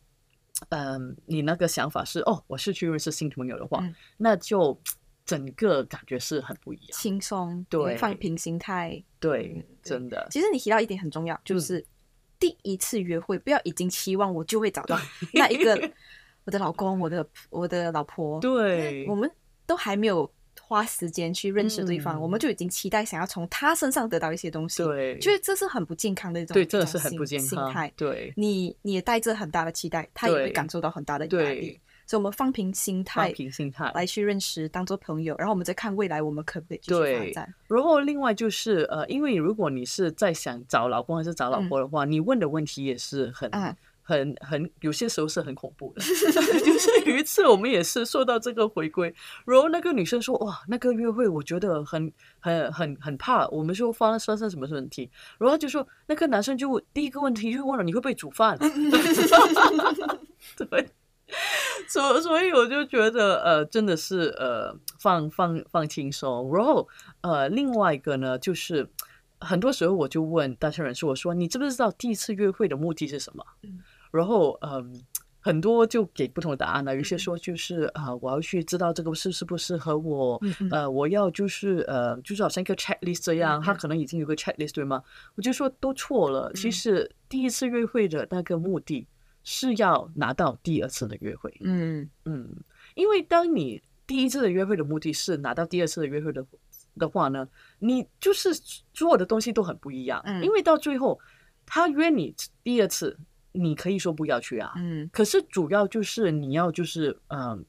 Speaker 1: 嗯、你那个想法是哦，我是去认识新朋友的话，
Speaker 2: 嗯
Speaker 1: 那就整个感觉是很不一样。
Speaker 2: 轻松，
Speaker 1: 对
Speaker 2: 放平心态。
Speaker 1: 对
Speaker 2: 嗯，
Speaker 1: 真的，
Speaker 2: 其实你提到一点很重要，就是第一次约会，不要已经期望我就会找到那一个 [laughs] 我的老公、我的我的老婆。
Speaker 1: 对
Speaker 2: 我，们都还没有花时间去认识对方，
Speaker 1: 嗯
Speaker 2: 我们就已经期待想要从他身上得到一些东西，
Speaker 1: 对，
Speaker 2: 觉得这是很不健康的一种
Speaker 1: 对，真的
Speaker 2: 一
Speaker 1: 是
Speaker 2: 种
Speaker 1: 很不
Speaker 2: 心
Speaker 1: 健
Speaker 2: 心
Speaker 1: 康
Speaker 2: 态。。
Speaker 1: 对，
Speaker 2: 你你也带着很大的期待，他也会
Speaker 1: 对
Speaker 2: 感受到很大的压
Speaker 1: 对
Speaker 2: 力。所以，我们放平心
Speaker 1: 放
Speaker 2: 态，
Speaker 1: 平心态。
Speaker 2: 来去认识，当做朋友，然后我们再看未来我们可不可以继续发
Speaker 1: 对
Speaker 2: 展。
Speaker 1: 然后另外就是
Speaker 2: 嗯
Speaker 1: 呃，因为如果你是在想找老公还是找老婆的话，你问的问题也是很、
Speaker 2: 啊
Speaker 1: 很很有些时候是很恐怖的。 [laughs] 就是有一次我们也是受到这个回归，然后那个女生说哇，那个约会我觉得很很很很怕，我们说发生生什么问题，然后她就说那个男生就第一个问题就问了你会不会煮饭， [laughs] 对。所所以我就觉得呃，真的是呃，放放放轻松。然后呃，另外一个呢，就是很多时候我就问单身人士，我说你知不知道第一次约会的目的是什么？
Speaker 2: 嗯
Speaker 1: 然后嗯、很多就给不同的答案了。有些说就是啊、呃我要去知道这个是是不适合我，
Speaker 2: 嗯
Speaker 1: 呃，我要就是呃，就是好像一个 checklist 这样，他可能已经有个 checklist 对吗？我就说都错了。其
Speaker 2: 嗯
Speaker 1: 实第一次约会的那个目的是要拿到第二次的约会，
Speaker 2: 嗯
Speaker 1: 嗯，因为当你第一次的约会的目的是拿到第二次的约会的的话呢，你就是做的东西都很不一样，
Speaker 2: 嗯
Speaker 1: 因为到最后他约你第二次，你可以说不要去啊，
Speaker 2: 嗯
Speaker 1: 可是主要就是你要就是嗯、呃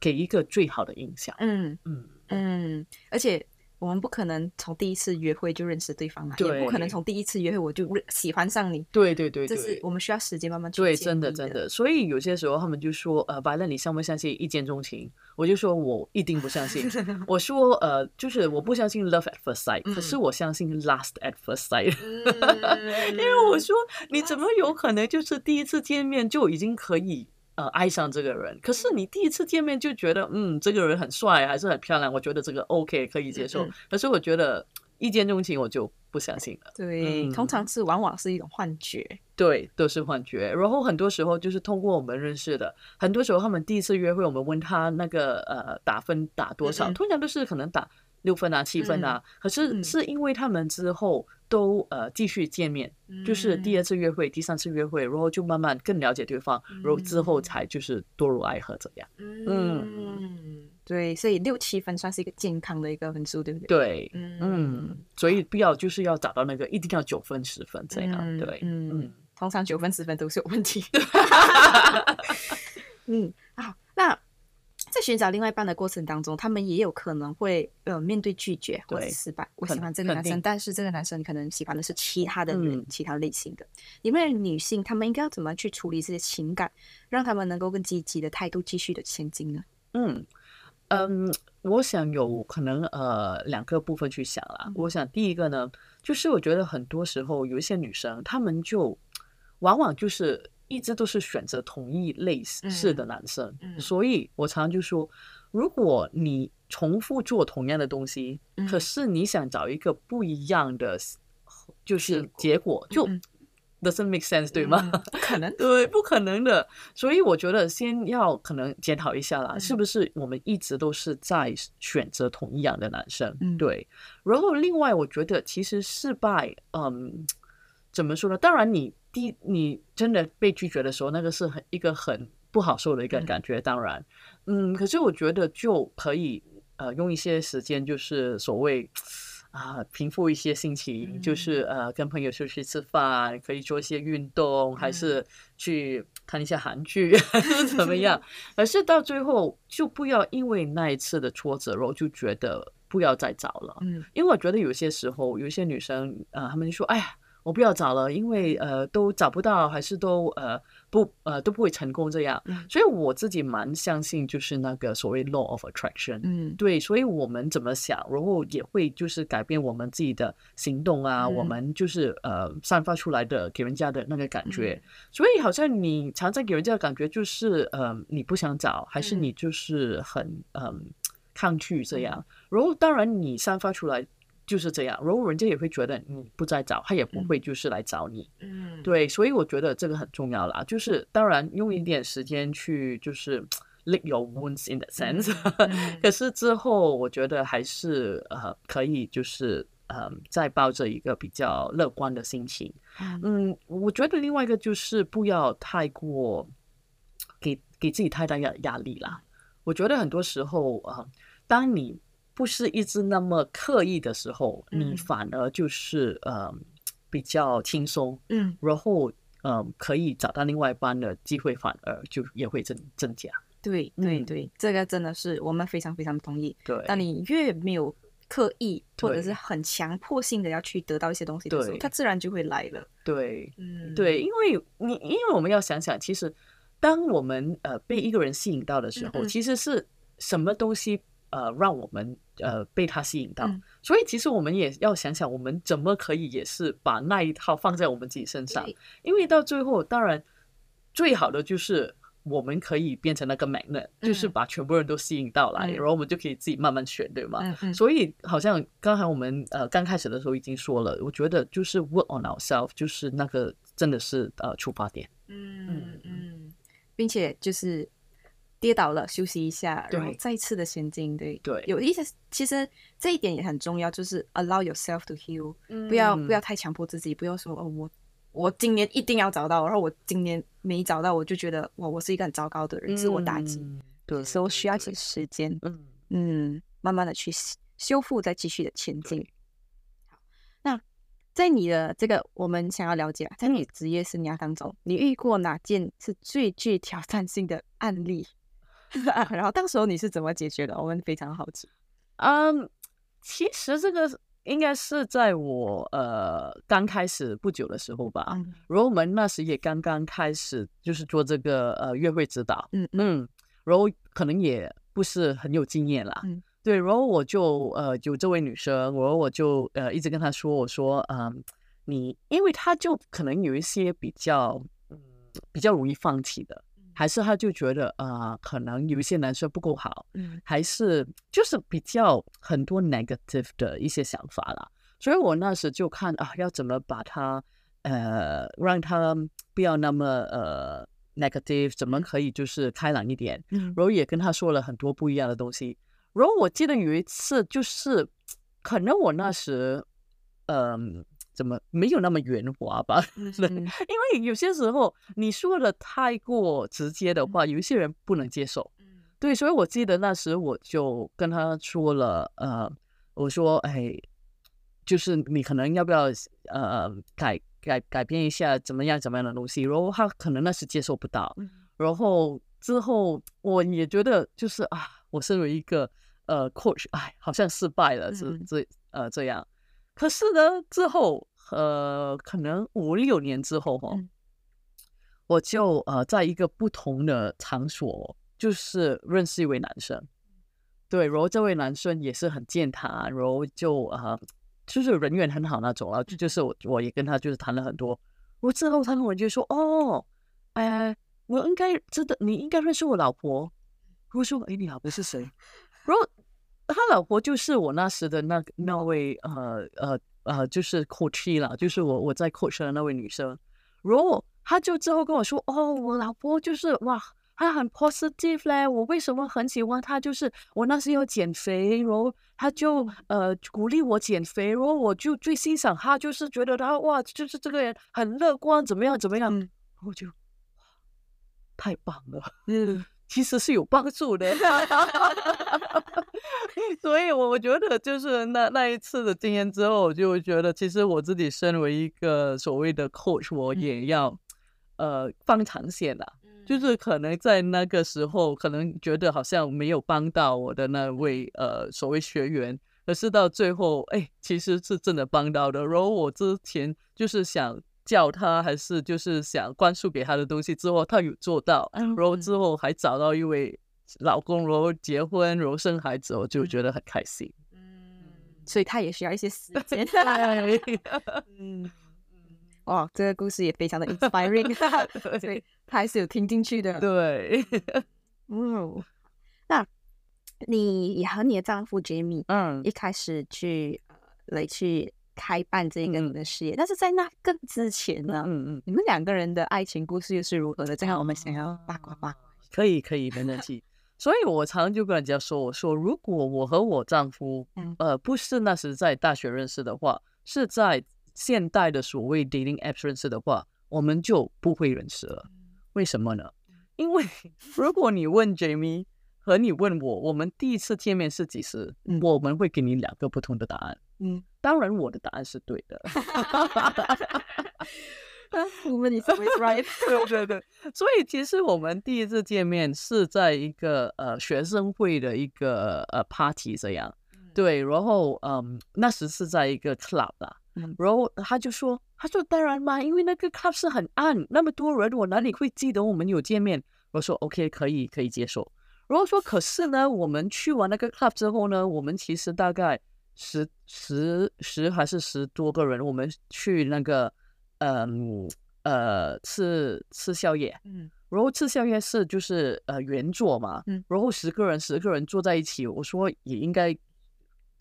Speaker 1: 给一个最好的印象，
Speaker 2: 嗯
Speaker 1: 嗯。
Speaker 2: 嗯，而且。我们不可能从第一次约会就认识对方嘛，啊也不可能
Speaker 1: 对
Speaker 2: 从第一次约会我就认喜欢上你，
Speaker 1: 对对对
Speaker 2: 这
Speaker 1: 对，
Speaker 2: 是我们需要时间慢慢去
Speaker 1: 对，
Speaker 2: 建
Speaker 1: 真的
Speaker 2: 立
Speaker 1: 真，的，所以有些时候他们就说，呃，白兰，你相不相信一见钟情？我就说我一定不相
Speaker 2: [laughs]
Speaker 1: 信。我说，呃，就是我不相信 love at first sight，、可是
Speaker 2: 嗯
Speaker 1: 我相信 last at first sight。
Speaker 2: 嗯
Speaker 1: [laughs] 因为我说，你怎么有可能就是第一次见面就已经可以呃爱上这个人？可是你第一次见面就觉得，嗯，这个人很帅，还是很漂亮，我觉得这个 OK 可以接受。
Speaker 2: 嗯
Speaker 1: 可是我觉得一见钟情，我就不相信了。
Speaker 2: [laughs] 对，通
Speaker 1: 嗯
Speaker 2: 常是往往是一种幻觉。
Speaker 1: 对，都是幻觉。然后很多时候就是通过我们认识的，很多时候他们第一次约会，我们问他那个呃打分打多少，
Speaker 2: 嗯嗯
Speaker 1: 通常都是可能打六分啊、七分啊。可
Speaker 2: 嗯
Speaker 1: 是是因为他们之后都呃继续见面，就是第二
Speaker 2: 二，
Speaker 1: 次约会、第三次约会，然后就慢慢更了解对方，然后之后
Speaker 2: 嗯
Speaker 1: 才就是堕入爱河这样。
Speaker 2: 嗯，对，所以六七分算是一个健康的一个分数，对不对？
Speaker 1: 对，嗯，所以不要就是要找到那个一定要九分、十分这样。
Speaker 2: 嗯
Speaker 1: 对，
Speaker 2: 嗯
Speaker 1: 嗯，
Speaker 2: 通常九分十分都是有问题。 [laughs] 嗯，好，那在寻找另外一半的过程当中，他们也有可能会呃面对拒绝或者
Speaker 1: 对
Speaker 2: 失败。我
Speaker 1: 肯
Speaker 2: 喜欢这个男
Speaker 1: 肯
Speaker 2: 生，
Speaker 1: 定
Speaker 2: 但是这个男生可能喜欢的是其他的人、
Speaker 1: 嗯
Speaker 2: 其他类型的。你们的女性，她们应该要怎么去处理这些情感，让他们能够更积极的态度继续的前进呢？
Speaker 1: 嗯嗯，我想有可能呃两个部分去想啦
Speaker 2: 嗯。
Speaker 1: 我想第一个呢，就是我觉得很多时候有一些女生，她们就往往就是一直都是选择同一类似的男生，
Speaker 2: 嗯
Speaker 1: 所以我常常就说，如果你重复做同样的东西，可
Speaker 2: 嗯
Speaker 1: 是你想找一个不一样的，就是结果，就
Speaker 2: 嗯
Speaker 1: doesn't make sense，对吗？
Speaker 2: 嗯不 [laughs] 可能。
Speaker 1: [laughs] 对，不可能的。所以我觉得先要可能检讨一下啦，
Speaker 2: 嗯
Speaker 1: 是不是我们一直都是在选择同一样的男生？
Speaker 2: 嗯
Speaker 1: 对。然后另外，我觉得其实失败，嗯，怎么说呢？当然你，第你真的被拒绝的时候，那个是很一个很不好受的一个
Speaker 2: 嗯
Speaker 1: 感觉。当然，嗯，可是我觉得就可以呃用一些时间，就是所谓。啊，平复一些心情，就
Speaker 2: 嗯
Speaker 1: 是呃，跟朋友出去吃饭，可以做一些运动，还
Speaker 2: 嗯
Speaker 1: 是去看一下韩剧， [laughs] 还是怎么
Speaker 2: [laughs]
Speaker 1: 样？而是到最后就不要因为那一次的挫折，然后就觉得不要再找了。
Speaker 2: 嗯
Speaker 1: 因为我觉得有些时候，有一些女生，呃，她们就说，哎呀，我不要找了，因为呃都找不到，还是都呃不呃都不会成功这样
Speaker 2: 嗯。
Speaker 1: 所以我自己蛮相信就是那个所谓 law of attraction，
Speaker 2: 嗯
Speaker 1: 对，所以我们怎么想，然后也会就是改变我们自己的行动啊，我
Speaker 2: 嗯
Speaker 1: 们就是呃散发出来的给人家的那个
Speaker 2: 嗯
Speaker 1: 感觉。所以好像你常常给人家的感觉就是，呃，你不想找，还是
Speaker 2: 嗯
Speaker 1: 你就是很嗯、抗拒这样。然后当然你散发出来。就是这样，然后人家也会觉得你不再找，他也不
Speaker 2: 嗯
Speaker 1: 会就是来找你。
Speaker 2: 嗯，
Speaker 1: 对，所以我觉得这个很重要啦。就是当然用一点时间去就是 lick your wounds in that sense，、
Speaker 2: 嗯
Speaker 1: 可是之后，我觉得还是呃，可以就是呃，再抱着一个比较乐观的心情。
Speaker 2: 嗯
Speaker 1: 嗯，我觉得另外一个就是不要太过给给自己太大压压力啦。我觉得很多时候啊、呃当你不是一直那么刻意的时候，你
Speaker 2: 嗯
Speaker 1: 反而就是呃比较轻松，
Speaker 2: 嗯
Speaker 1: 然后呃可以找到另外一半的机会，反而就也会增增加。
Speaker 2: 对对
Speaker 1: 嗯
Speaker 2: 对，这个真的是我们非常非常同意。
Speaker 1: 对，
Speaker 2: 当你越没有刻意或者
Speaker 1: 对
Speaker 2: 是很强迫性的要去得到一些东西的时候，
Speaker 1: 对
Speaker 2: 它自然就会来了。
Speaker 1: 对
Speaker 2: 嗯，
Speaker 1: 对，因为你因为我们要想想，其实当我们呃被一个人吸引到的时候，
Speaker 2: 嗯嗯
Speaker 1: 其实是什么东西呃让我们呃被他吸引到？
Speaker 2: 嗯
Speaker 1: 所以其实我们也要想想，我们怎么可以也是把那一套放在我们自己身上，
Speaker 2: 对
Speaker 1: 因为到最后，当然最好的就是。我们可以变成那个 magnet，、就是
Speaker 2: 嗯
Speaker 1: 把全部人都吸引到来，
Speaker 2: 嗯
Speaker 1: 然后我们就可以自己慢慢选，对吗？
Speaker 2: 嗯嗯，
Speaker 1: 所以好像刚才我们呃刚开始的时候已经说了，我觉得就是 work on ourselves，就是那个真的是呃出发点。
Speaker 2: 嗯嗯，并且就是跌倒了休息一下，然后
Speaker 1: 对
Speaker 2: 再次的前进。对
Speaker 1: 对
Speaker 2: 有一些其实这一点也很重要，就是 allow yourself to heal，不
Speaker 1: 嗯
Speaker 2: 要不要太强迫自己，不要说哦我。我今年一定要找到，然后我今年没找到，我就觉得哇，我是一个很糟糕的人，自我打击。
Speaker 1: 嗯
Speaker 2: 有
Speaker 1: 对，
Speaker 2: 时候
Speaker 1: 对
Speaker 2: 需要一些
Speaker 1: 对
Speaker 2: 时间，
Speaker 1: 嗯，
Speaker 2: 嗯，慢慢的去修修复，再继续的前进。好，那在你的这个，我们想要了解啊，在你职业生涯当中，你遇过哪件是最具挑战性的案例？ [laughs] 啊然后当时候你是怎么解决的？我们非常好奇。
Speaker 1: 嗯，其实这个应该是在我呃刚开始不久的时候吧，
Speaker 2: 嗯
Speaker 1: 然后我们那时也刚刚开始就是做这个呃约会指导，
Speaker 2: 嗯
Speaker 1: 嗯，然后可能也不是很有经验啦，
Speaker 2: 嗯
Speaker 1: 对，然后我就呃有这位女生，然后我就呃一直跟她说，我说嗯、你因为她就可能有一些比较嗯比较容易放弃的，还是她就觉得呃可能有一些男生不够好，
Speaker 2: 嗯
Speaker 1: 还是就是比较很多 negative 的一些想法啦。所以我那时就看啊，要怎么把它呃，让它不要那么呃 negative，怎么可以就是开朗一点。
Speaker 2: 嗯
Speaker 1: 然后也跟他说了很多不一样的东西。然后我记得有一次，就是可能我那时，嗯、怎么没有那么圆滑吧？ [laughs]
Speaker 2: 嗯
Speaker 1: 因为有些时候你说的太过直接的话，有一些人不能接受。对，所以我记得那时我就跟他说了，呃，我说，哎，就是你可能要不要呃改改改变一下怎么样怎么样的东西，然后他可能那时接受不到，
Speaker 2: 嗯
Speaker 1: 然后之后我也觉得就是啊，我身为一个呃 coach，哎，好像失败了，这
Speaker 2: 嗯
Speaker 1: 这呃这样。可是呢，之后呃，可能五六年之后哦，
Speaker 2: 嗯
Speaker 1: 我就呃在一个不同的场所哦，就是认识一位男生，对，然后这位男生也是很健谈，啊然后就呃就是人缘很好那种
Speaker 2: 嗯
Speaker 1: 啊，就就是我我也跟他就是谈了很多，我之后他跟我就说哦，哎、我应该知道你应该认识我老婆，我说哎你老婆是谁？然后他老婆就是我那时的那那位呃呃呃，就是 coach 啦，就是我我在 coach 的那位女生。然后她就之后跟我说，哦，我老婆就是哇，她很 positive 嘞，我为什么很喜欢她？就是我那时要减肥，然后她就呃鼓励我减肥，然后我就最欣赏她，就是觉得她哇，就是这个人很乐观，怎么样怎么样，
Speaker 2: 嗯
Speaker 1: 我就太棒了。
Speaker 2: 嗯
Speaker 1: 其实是有帮助的。 [laughs] 所以，我我觉得就是那那一次的经验之后，我就觉得其实我自己身为一个所谓的 coach，我
Speaker 2: 嗯
Speaker 1: 也要、呃放长线啦、就是可能在那个时候，可能觉得好像没有帮到我的那位呃所谓学员，可是到最后，哎，其实是真的帮到的。然后我之前就是想叫他，还是就是想灌输给他的东西之后，他有做到，
Speaker 2: 嗯
Speaker 1: 然后
Speaker 2: 嗯
Speaker 1: 之后还找到一位老公，然后结婚，然后生孩子，我就觉得很开心。
Speaker 2: 所以他也需要一些时 [laughs] 间。嗯，哇，这个故事也非 [laughs] 常的 inspiring，所以他还是有听进去的。
Speaker 1: 哎 [laughs] 对，
Speaker 2: 嗯， [laughs] 那你也和你的丈夫 Jamie
Speaker 1: 嗯
Speaker 2: 一开始去呃来去开办这个你的事业，但是在那更之前呢，
Speaker 1: 嗯嗯，
Speaker 2: 你们两个人的爱情故事又是如何的？这样我们想要八卦八卦。
Speaker 1: 可以可以，没问题。 [laughs] 所以我常常就跟人家说，我说如果我和我丈夫
Speaker 2: 嗯，
Speaker 1: 呃，不是那时在大学认识的话，是在现代的所谓 dating apps 认识的话，我们就不会认识了。为什么呢？因为
Speaker 2: 嗯
Speaker 1: 如果你问 Jamie 和你问我，我们第一次见面是几时，
Speaker 2: 嗯
Speaker 1: 我们会给你两个不同的答案。
Speaker 2: 嗯，
Speaker 1: 当然，我的答案是对的。
Speaker 2: [laughs] 我们你 always
Speaker 1: [laughs]
Speaker 2: right。
Speaker 1: 对对对，所以其实我们第一次见面是在一个呃学生会的一个呃 party 这样，对，然后嗯，那时是在一个 club 啦，
Speaker 2: 嗯
Speaker 1: 然后他就说，他说当然嘛，因为那个 club 是很暗，那么多人，我哪里会记得我们有见面？我说 OK，可以，可以接受。然后说，可是呢，我们去完那个 club 之后呢，我们其实大概十十十还是十多个人，我们去那个嗯呃吃吃宵夜，
Speaker 2: 嗯
Speaker 1: 然后吃宵夜是就是呃圆桌嘛，
Speaker 2: 嗯，
Speaker 1: 然后十个人十个人坐在一起，我说也应该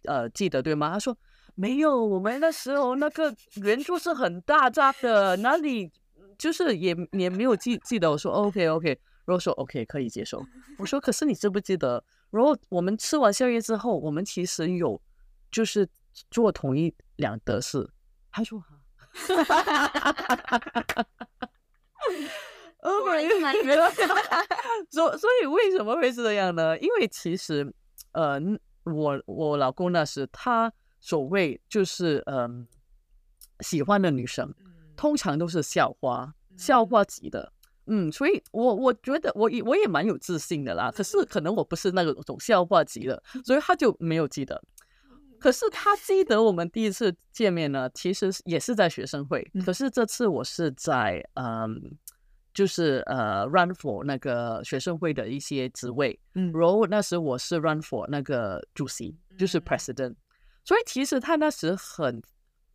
Speaker 1: 呃记得对吗？他说没有，我们那时候那个圆桌是很大张的，哪里就是也也没有记记得。我说 OK OK，然后说 OK 可以接受。我说可是你记不记得？然后我们吃完宵夜之后，我们其实有就是做同一两得事。他说哈。哦，
Speaker 2: [laughs] 果然是男人
Speaker 1: [laughs] 所所以为什么会是这样呢？因为其实，呃，我我老公那时他所谓就是嗯、喜欢的女生，通常都是校花，校
Speaker 2: 嗯
Speaker 1: 花级的。嗯，所以我我觉得我也我也蛮有自信的啦，可是可能我不是那个种校花级的，所以他就没有记得。
Speaker 2: 嗯
Speaker 1: 可是他记得我们第一次见面呢，其实是也是在学生会，
Speaker 2: 嗯
Speaker 1: 可是这次我是在嗯，就是呃 Run for 那个学生会的一些职位，
Speaker 2: 嗯
Speaker 1: 然后那时我是 Run for 那个主席，就是
Speaker 2: 嗯
Speaker 1: President，、所以其实他那时很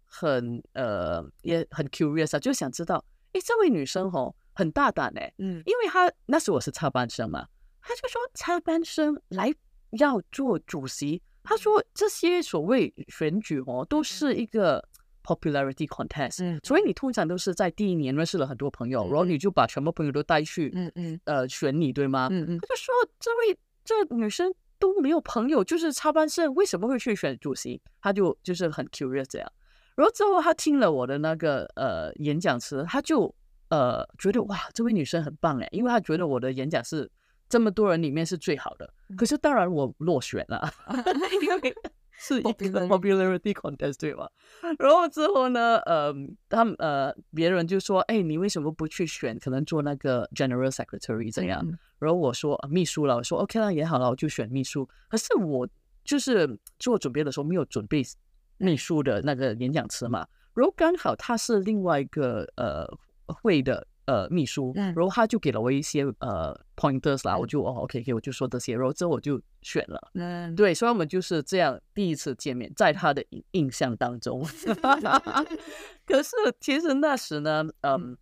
Speaker 1: 很呃也很 curious 啊，就想知道，诶，这位女生哦很大胆哎、
Speaker 2: 嗯
Speaker 1: 因为他那时我是插班生嘛，他就说插班生来要做主席，他
Speaker 2: 嗯
Speaker 1: 说这些所谓选举哦，都是一个 popularity contest，、
Speaker 2: 嗯
Speaker 1: 所以你通常都是在第一年认识了很多朋友，然后你就把全部朋友都带去，
Speaker 2: 嗯嗯
Speaker 1: 呃，选你对吗？
Speaker 2: 嗯嗯
Speaker 1: 他就说这位这女生都没有朋友，就是插班生，为什么会去选主席？他就就是很 curious 这样。然后之后他听了我的那个呃演讲词，他就呃觉得哇，这位女生很棒哎，因为他觉得我的演讲是这么多人里面是最好的。可是当然我落选了。 [laughs] 因 [laughs] 为是一个
Speaker 2: Popularity
Speaker 1: popularity contest 对吧？然后之后呢，呃，他们呃别人就说，哎，你为什么不去选？可能做那个 general secretary 怎样？
Speaker 2: 嗯
Speaker 1: 然后我说、啊秘书了，我说 OK 了也好了，我就选秘书。可是我就是做准备的时候没有准备秘书的那个演讲词嘛，然后刚好他是另外一个呃会的呃秘书，
Speaker 2: 嗯
Speaker 1: 然后他就给了我一些呃 pointers 啦，
Speaker 2: 嗯
Speaker 1: 我就哦 OK OK 我就说这些，然后之后我就选了。
Speaker 2: 嗯
Speaker 1: 对，所以我们就是这样第一次见面，在他的印印象当中。 [laughs] 可是其实那时呢，嗯，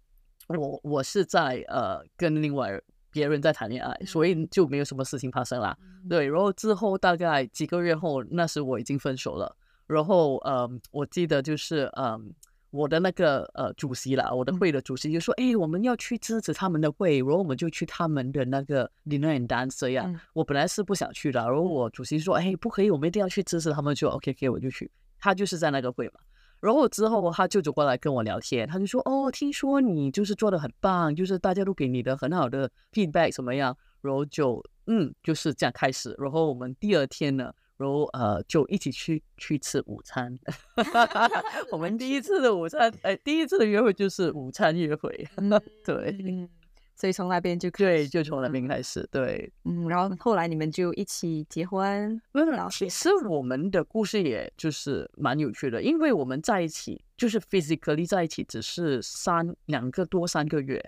Speaker 1: 我我是在呃跟另外别人在谈恋爱，所
Speaker 2: 嗯
Speaker 1: 以就没有什么事情发生啦。对，然后之后大概几个月后，那时我已经分手了。然后嗯，我记得就是嗯。我的那个呃主席啦，我的
Speaker 2: 嗯
Speaker 1: 会的主席就说：“哎、我们要去支持他们的会，然后我们就去他们的那个 dinner and dance 这样。
Speaker 2: 嗯
Speaker 1: 我本来是不想去的，然后我主席说：“哎，不可以，我们一定要去支持他们。”就 OK OK，我就去。他就是在那个会嘛，然后之后他就走过来跟我聊天，他就说：“哦，听说你就是做的很棒，就是大家都给你的很好的 feedback 怎么样？”然后就嗯就是这样开始。然后我们第二天呢，然后呃就一起去去吃午餐。 [laughs] 我们第一次的午餐，哎，第一次的约会就是午餐约会。 [laughs] 对
Speaker 2: 嗯，所以从那边就开
Speaker 1: 对，
Speaker 2: 始
Speaker 1: 就从那
Speaker 2: 嗯
Speaker 1: 边开始对。
Speaker 2: 嗯，然后后来你们就一起结婚，
Speaker 1: 没有没有
Speaker 2: 然后
Speaker 1: 其实我们的故事也就是蛮有趣的，因为我们在一起就是 physically 在一起只是三两个多三个月，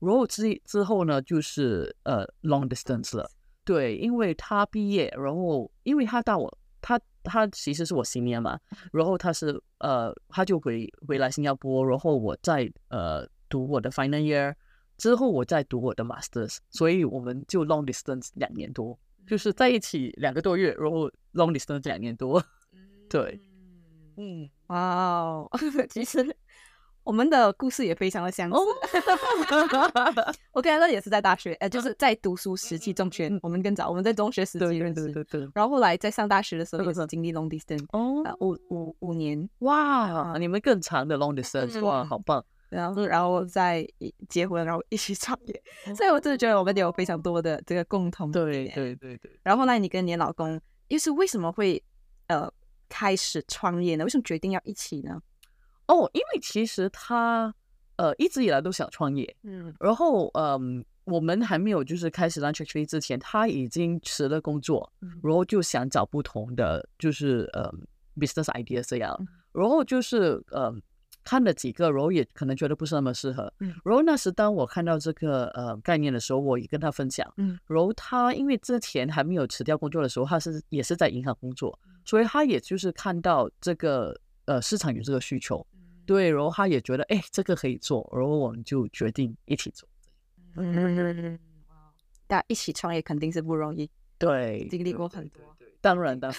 Speaker 1: 然后之之后呢就是呃 long distance 了。对，因为他毕业，然后因为他大我，他他其实是我新年嘛，然后他是呃他就回回来新加坡，然后我在呃读我的 final year 之后，我再读我的 masters，所以我们就 long distance 两年多。就是在一起两个多月，然后 long distance 两年多。 [laughs] 对，嗯，
Speaker 2: 哇哦， [laughs] 其实我们的故事也非常的相似。
Speaker 1: 哦
Speaker 2: [laughs] 我跟安乐也是在大学，呃，就是在读书时期，中学
Speaker 1: 嗯
Speaker 2: 我们更早，我们在中学时期
Speaker 1: 对
Speaker 2: 认
Speaker 1: 对
Speaker 2: 识，
Speaker 1: 对对嗯对。
Speaker 2: 然后后来在上大学的时候
Speaker 1: 对
Speaker 2: 也
Speaker 1: 对
Speaker 2: 是
Speaker 1: 对
Speaker 2: 经历 long distance，
Speaker 1: 哦
Speaker 2: 呃，五五五年，
Speaker 1: 哇，你们更长的 long distance，哇，好棒！
Speaker 2: 然后然后再一结婚，然后一起创业，
Speaker 1: 嗯哦
Speaker 2: 所以我真的觉得我们有非常多的这个共同
Speaker 1: 对
Speaker 2: 点
Speaker 1: 对对对，
Speaker 2: 然后后来你跟你的老公又是为什么会呃开始创业呢？为什么决定要一起呢？
Speaker 1: 哦，因为其实他呃一直以来都想创业，
Speaker 2: 嗯
Speaker 1: 然后嗯，我们还没有就是开始 lunch tree 之前，他已经辞了工作，
Speaker 2: 嗯
Speaker 1: 然后就想找不同的就是呃 business idea 这样
Speaker 2: 嗯，
Speaker 1: 然后就是呃看了几个，然后也可能觉得不是那么适合
Speaker 2: 嗯，
Speaker 1: 然后那时当我看到这个呃概念的时候，我也跟他分享，
Speaker 2: 嗯
Speaker 1: 然后他因为之前还没有辞掉工作的时候，他是也是在银行工作，
Speaker 2: 嗯
Speaker 1: 所以他也就是看到这个呃市场有这个需求，对，然后他也觉得哎这个可以做，然后我们就决定一起做。
Speaker 2: 嗯，哇 [laughs] 大家一起创业肯定是不容易，
Speaker 1: 对，
Speaker 2: 经历过很
Speaker 1: 对
Speaker 2: 多。
Speaker 1: 当然的，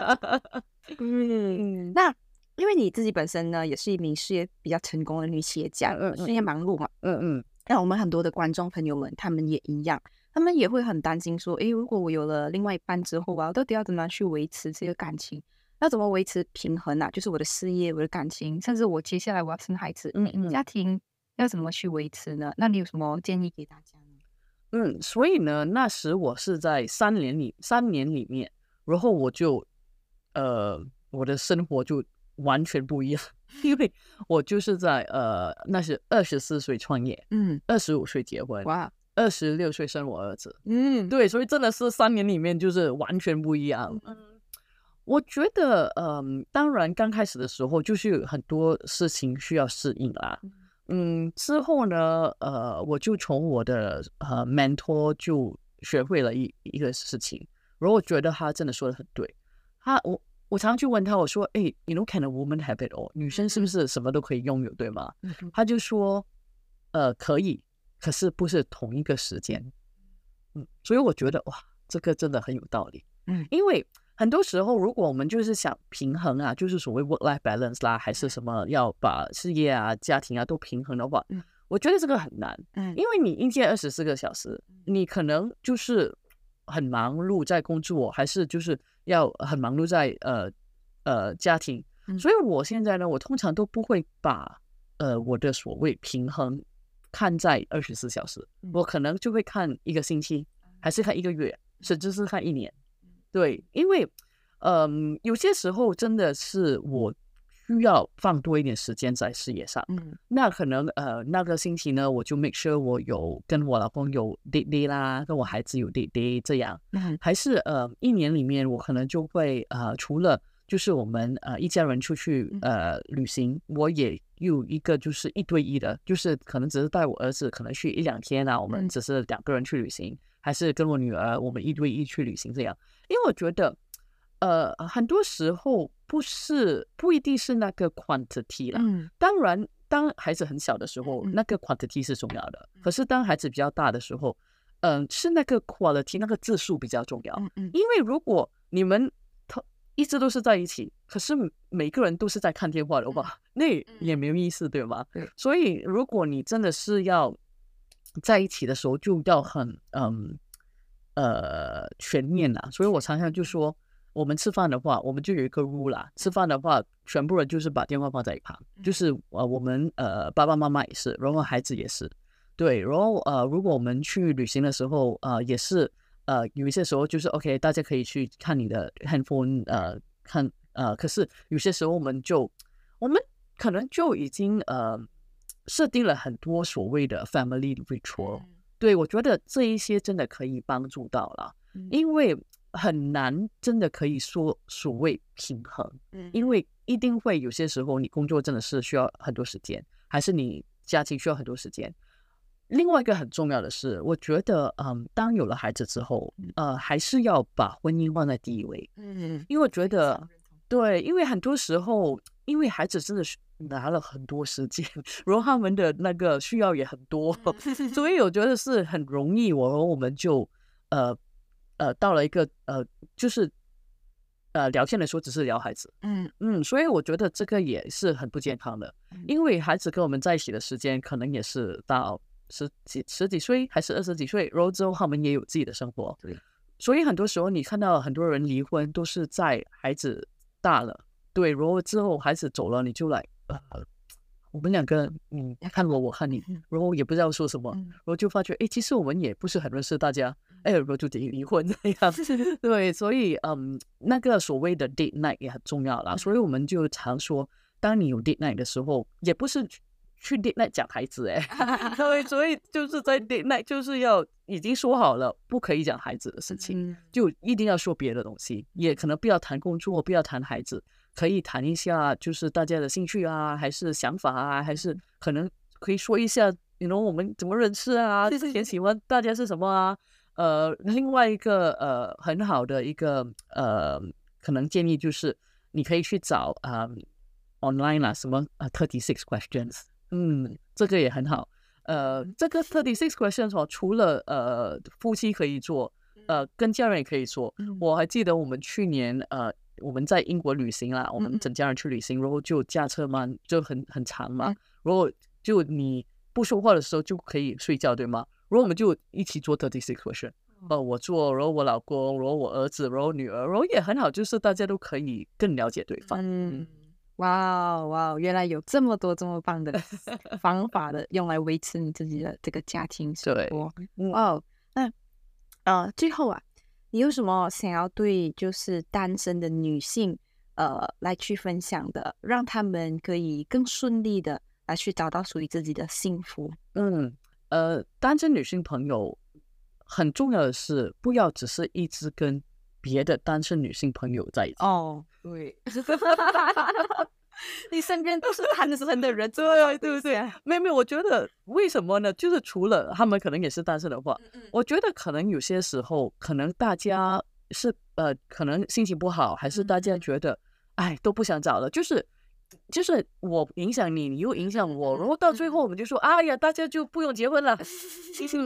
Speaker 2: 嗯，
Speaker 1: 嗯，
Speaker 2: 那因为你自己本身呢，也是一名事业比较成功的女企业家，
Speaker 1: 嗯嗯嗯
Speaker 2: 事业忙碌嘛。
Speaker 1: 嗯 [laughs] 嗯，
Speaker 2: 那我们很多的观众朋友们，他们也一样，他们也会很担心说，诶，如果我有了另外一半之后啊，到底要怎么去维持这个感情？要怎么维持平衡啊？就是我的事业、我的感情，甚至我接下来我要生孩子，
Speaker 1: 嗯嗯
Speaker 2: 家庭要怎么去维持呢？那你有什么建议给大家呢？
Speaker 1: 嗯，所以呢，那时我是在三年里三年里面，然后我就呃，我的生活就完全不一样， [laughs] 因为我就是在呃，那是二十四岁创业，
Speaker 2: 嗯，
Speaker 1: 二十五岁结婚，
Speaker 2: 哇，
Speaker 1: 二十六岁生我儿子，
Speaker 2: 嗯，
Speaker 1: 对，所以真的是三年里面就是完全不一样。嗯，我觉得，嗯，当然刚开始的时候就是有很多事情需要适应啦。嗯，之后呢，呃，我就从我的呃 mentor 就学会了一一个事情，然后我觉得他真的说的很对。他我我常去问他，我说，哎、y o u know can a woman have it all？女生是不是什么都可以拥有，对吗？
Speaker 2: 嗯
Speaker 1: 他就说，呃，可以，可是不是同一个时间。嗯，所以我觉得哇，这个真的很有道理。
Speaker 2: 嗯
Speaker 1: 因为很多时候，如果我们就是想平衡啊，就是所谓 work life balance 啦，还是什么要把事业啊、家庭啊都平衡的话，
Speaker 2: 嗯
Speaker 1: 我觉得这个很难，
Speaker 2: 嗯
Speaker 1: 因为你一天二十四个小时，你可能就是很忙碌在工作，还是就是要很忙碌在呃呃家庭。
Speaker 2: 嗯
Speaker 1: 所以我现在呢，我通常都不会把呃我的所谓平衡看在二十四小时，
Speaker 2: 嗯
Speaker 1: 我可能就会看一个星期，还是看一个月，甚至是看一年。
Speaker 2: 嗯
Speaker 1: 对，因为嗯、有些时候真的是我需要放多一点时间在事业上。
Speaker 2: 嗯
Speaker 1: 那可能呃那个星期呢，我就 make sure 我有跟我老公有 date day 啦，跟我孩子有 date day 这样。
Speaker 2: 嗯
Speaker 1: 还是呃一年里面，我可能就会呃除了就是我们呃一家人出去
Speaker 2: 嗯
Speaker 1: 呃旅行，我也有一个就是一对一的，就是可能只是带我儿子可能去一两天啊，我
Speaker 2: 嗯
Speaker 1: 们只是两个人去旅行，还是跟我女儿我们一对一去旅行这样。因为我觉得呃很多时候不是不一定是那个 quantity 啦，
Speaker 2: 嗯
Speaker 1: 当然，当孩子很小的时候，
Speaker 2: 嗯
Speaker 1: 那个 quantity 是重要的。可是当孩子比较大的时候，嗯、是那个 quality 那个字数比较重要。
Speaker 2: 嗯嗯
Speaker 1: 因为如果你们他一直都是在一起，可是每个人都是在看电话的话， [laughs] 那也没有意思，对吗？
Speaker 2: 嗯对
Speaker 1: 所以如果你真的是要在一起的时候，就要很嗯呃全面
Speaker 2: 嗯
Speaker 1: 啦。所以我常常就说，我们吃饭的话，我们就有一个 rule 啦。吃饭的话，全部人就是把电话放在一旁，
Speaker 2: 嗯
Speaker 1: 就是呃我们呃爸爸妈妈也是，然后孩子也是。对，然后呃，如果我们去旅行的时候，呃，也是呃，有一些时候就是 OK，大家可以去看你的 handphone，呃，看呃，可是有些时候我们就我们可能就已经呃设定了很多所谓的 family
Speaker 2: 嗯
Speaker 1: ritual，、对我觉得这一些真的可以帮助到了，
Speaker 2: 嗯
Speaker 1: 因为很难真的可以说所谓平衡。
Speaker 2: 嗯
Speaker 1: 因为一定会有些时候你工作真的是需要很多时间，还是你家庭需要很多时间。另外一个很重要的是，我觉得，嗯，当有了孩子之后，呃，还是要把婚姻放在第一位，
Speaker 2: 嗯
Speaker 1: 因为我觉得，对，因为很多时候，因为孩子真的是拿了很多时间，然后他们的那个需要也很多，所以我觉得是很容易，我和我们就呃呃到了一个呃就是呃聊天的时候只是聊孩子，
Speaker 2: [laughs] 嗯
Speaker 1: 嗯，所以我觉得这个也是很不健康的
Speaker 2: 嗯，
Speaker 1: 因为孩子跟我们在一起的时间可能也是到十几十几岁还是二十几岁，然后之后他们也有自己的生活，
Speaker 2: 对，
Speaker 1: 所以很多时候你看到很多人离婚都是在孩子大了，对，然后之后孩子走了，你就来呃，我们两个嗯
Speaker 2: 要
Speaker 1: 看我我看你，然后也不知道说什么，
Speaker 2: 嗯
Speaker 1: 然后就发觉，哎，其实我们也不是很认识大家，哎，然后就得离婚这样。对，所以嗯，那个所谓的 date night 也很重要啦。所以我们就常说，当你有 date night 的时候，也不是去 date night 讲孩子哎、
Speaker 2: 嗯
Speaker 1: 对，所以就是在 date night 就是要已经说好了不可以讲孩子的事情，
Speaker 2: 嗯
Speaker 1: 就一定要说别的东西，也可能不要谈工作，不要谈孩子，可以谈一下就是大家的兴趣啊，还是想法啊，还是可能可以说一下，你 know 我们怎么认识啊，
Speaker 2: 是是
Speaker 1: 之前
Speaker 2: 是
Speaker 1: 喜欢大家是什么啊？呃，另外一个呃很好的一个呃可能建议就是，你可以去找啊、呃、online 啦，什么啊 thirty six questions，嗯，这个也很好。呃，这个 thirty six questions 哦，除了呃夫妻可以做，
Speaker 2: 嗯
Speaker 1: 呃跟家人也可以做，我还记得我们去年呃我们在英国旅行啦，我
Speaker 2: 嗯嗯
Speaker 1: 们整家人去旅行，然后就驾车嘛，就很很长
Speaker 2: 嗯
Speaker 1: 嘛，如果就你不说话的时候就可以睡觉，对吗？然后我们就一起做 thirty six question，呃，
Speaker 2: 哦
Speaker 1: 我做，然后我老公，然后我儿子，然后女儿，然后也很好，就是大家都可以更了解对方。
Speaker 2: 嗯，哇哦哇哦，原来有这么多这么 [laughs] 棒的方法的，用来维持你自己的这个家庭生
Speaker 1: 对
Speaker 2: 活。
Speaker 1: 嗯
Speaker 2: 哇哦，那呃，最后啊，你有什么想要对就是单身的女性呃来去分享的，让她们可以更顺利的来去找到属于自己的幸福？
Speaker 1: 嗯，呃，单身女性朋友很重要的是，不要只是一直跟别的单身女性朋友在一起。
Speaker 2: 哦，对， [laughs] 你身边都是单身的人，
Speaker 1: 对啊，对不对？没有没有，我觉得为什么呢？就是除了他们可能也是单身的话，
Speaker 2: 嗯
Speaker 1: 我觉得可能有些时候，可能大家是呃，可能心情不好，还是大家觉得，哎，都不想找了，就是就是我影响你，你又影响我，然后到最后我们就说，哎呀，大家就不用结婚了。嗯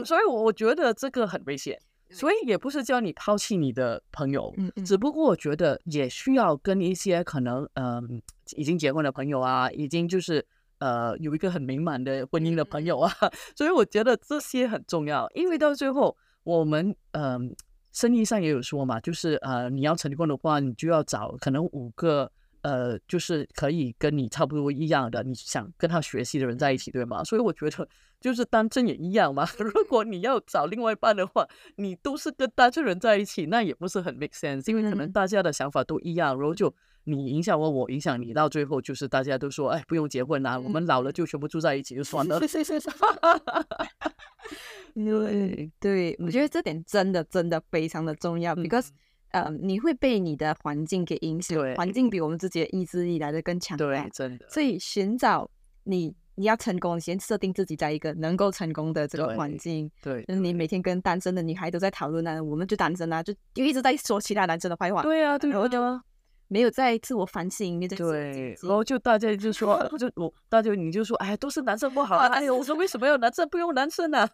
Speaker 1: 所以我我觉得这个很危险，所以也不是叫你抛弃你的朋友，
Speaker 2: 嗯嗯
Speaker 1: 只不过我觉得也需要跟一些可能嗯、已经结婚的朋友啊，已经就是呃有一个很美满的婚姻的朋
Speaker 2: 嗯
Speaker 1: 友啊， [laughs] 所以我觉得这些很重要，因为到最后我们嗯、生意上也有说嘛，就是呃你要成功的话，你就要找可能五个。呃，就是可以跟你差不多一样的，你想跟他学习的人在一起，对吗？所以我觉得就是单身也一样嘛。 [laughs] 如果你要找另外一半的话，你都是跟单身人在一起，那也不是很 make sense，因为可能
Speaker 2: 嗯
Speaker 1: 大家的想法都一样，然后就你影响我，我影响你，到最后就是大家都说，哎，不用结婚啦、我们老了就全部住在一起就算了。
Speaker 2: [laughs] 对对，我觉得这点真的真的非常的重要、b e c a u s e 呃，你会被你的环境给影响，
Speaker 1: 对
Speaker 2: 环境比我们自己的意志力来的更强
Speaker 1: 对
Speaker 2: 大，，
Speaker 1: 真的，
Speaker 2: 所以寻找你你要成功，你先设定自己在一个能够成功的这个
Speaker 1: 对
Speaker 2: 环境。
Speaker 1: 对，
Speaker 2: 就是你每天跟单身的女孩都在讨论啊，我们就单身啊，就就一直在说其他男生的坏话，
Speaker 1: 对啊，对
Speaker 2: 然后就
Speaker 1: 啊。
Speaker 2: 没有在自我反省，没有在自我
Speaker 1: 对哦
Speaker 2: 检，
Speaker 1: 然
Speaker 2: 讨
Speaker 1: 后就大家就说，就我大家你就说，哎，都是男生不好啊，哎呦，我说为什么要男生不用男生呢、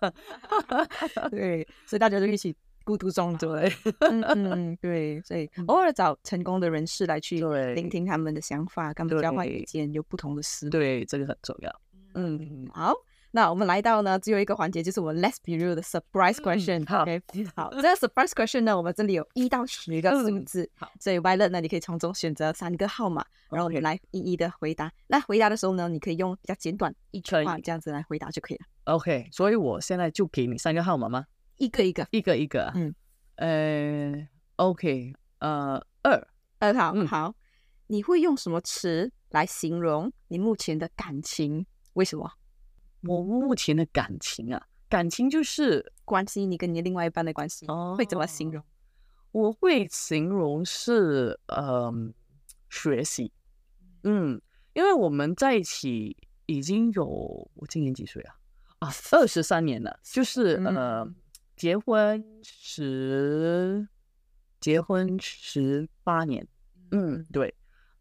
Speaker 2: 对，所以大家就一起孤独终老。
Speaker 1: 对 [laughs]
Speaker 2: 嗯嗯，对，所以偶尔找成功的人士来去
Speaker 1: 对
Speaker 2: 聆听他们的想法，跟他们交换意
Speaker 1: 对
Speaker 2: 见，有不同的思路。
Speaker 1: 对，这个很重要。嗯，
Speaker 2: 好，那我们来到呢最后一个环节，就是我们 Let's Be Real 的 Surprise
Speaker 1: 嗯
Speaker 2: Question、
Speaker 1: 好
Speaker 2: OK，好，这个 Surprise Question 呢，我们这里有一到十个数
Speaker 1: 嗯
Speaker 2: 字，
Speaker 1: 好
Speaker 2: 所以 Violet 呢，你可以从中选择三个号码，然后我们
Speaker 1: OK
Speaker 2: 来一一的回答。那回答的时候呢，你可以用比较简短一句
Speaker 1: 可
Speaker 2: 话
Speaker 1: 以
Speaker 2: 这样子来回答就可以了，
Speaker 1: OK，所以我现在就给你三个号码吗？
Speaker 2: 一个一个。
Speaker 1: 一个一个啊。
Speaker 2: 嗯。
Speaker 1: 呃，OK，呃，二
Speaker 2: 二号，
Speaker 1: 嗯
Speaker 2: 好，你会用什么词来形容你目前的感情？为什么？
Speaker 1: 我目前的感情啊，感情就是
Speaker 2: 关系你跟你另外一半的关系、
Speaker 1: 哦
Speaker 2: 会怎么形容？
Speaker 1: 我会形容是嗯、学习，嗯，因为我们在一起已经有我今年几岁啊？啊，二十三年了，就是
Speaker 2: 嗯
Speaker 1: 呃，结婚十结婚十八年，嗯，对，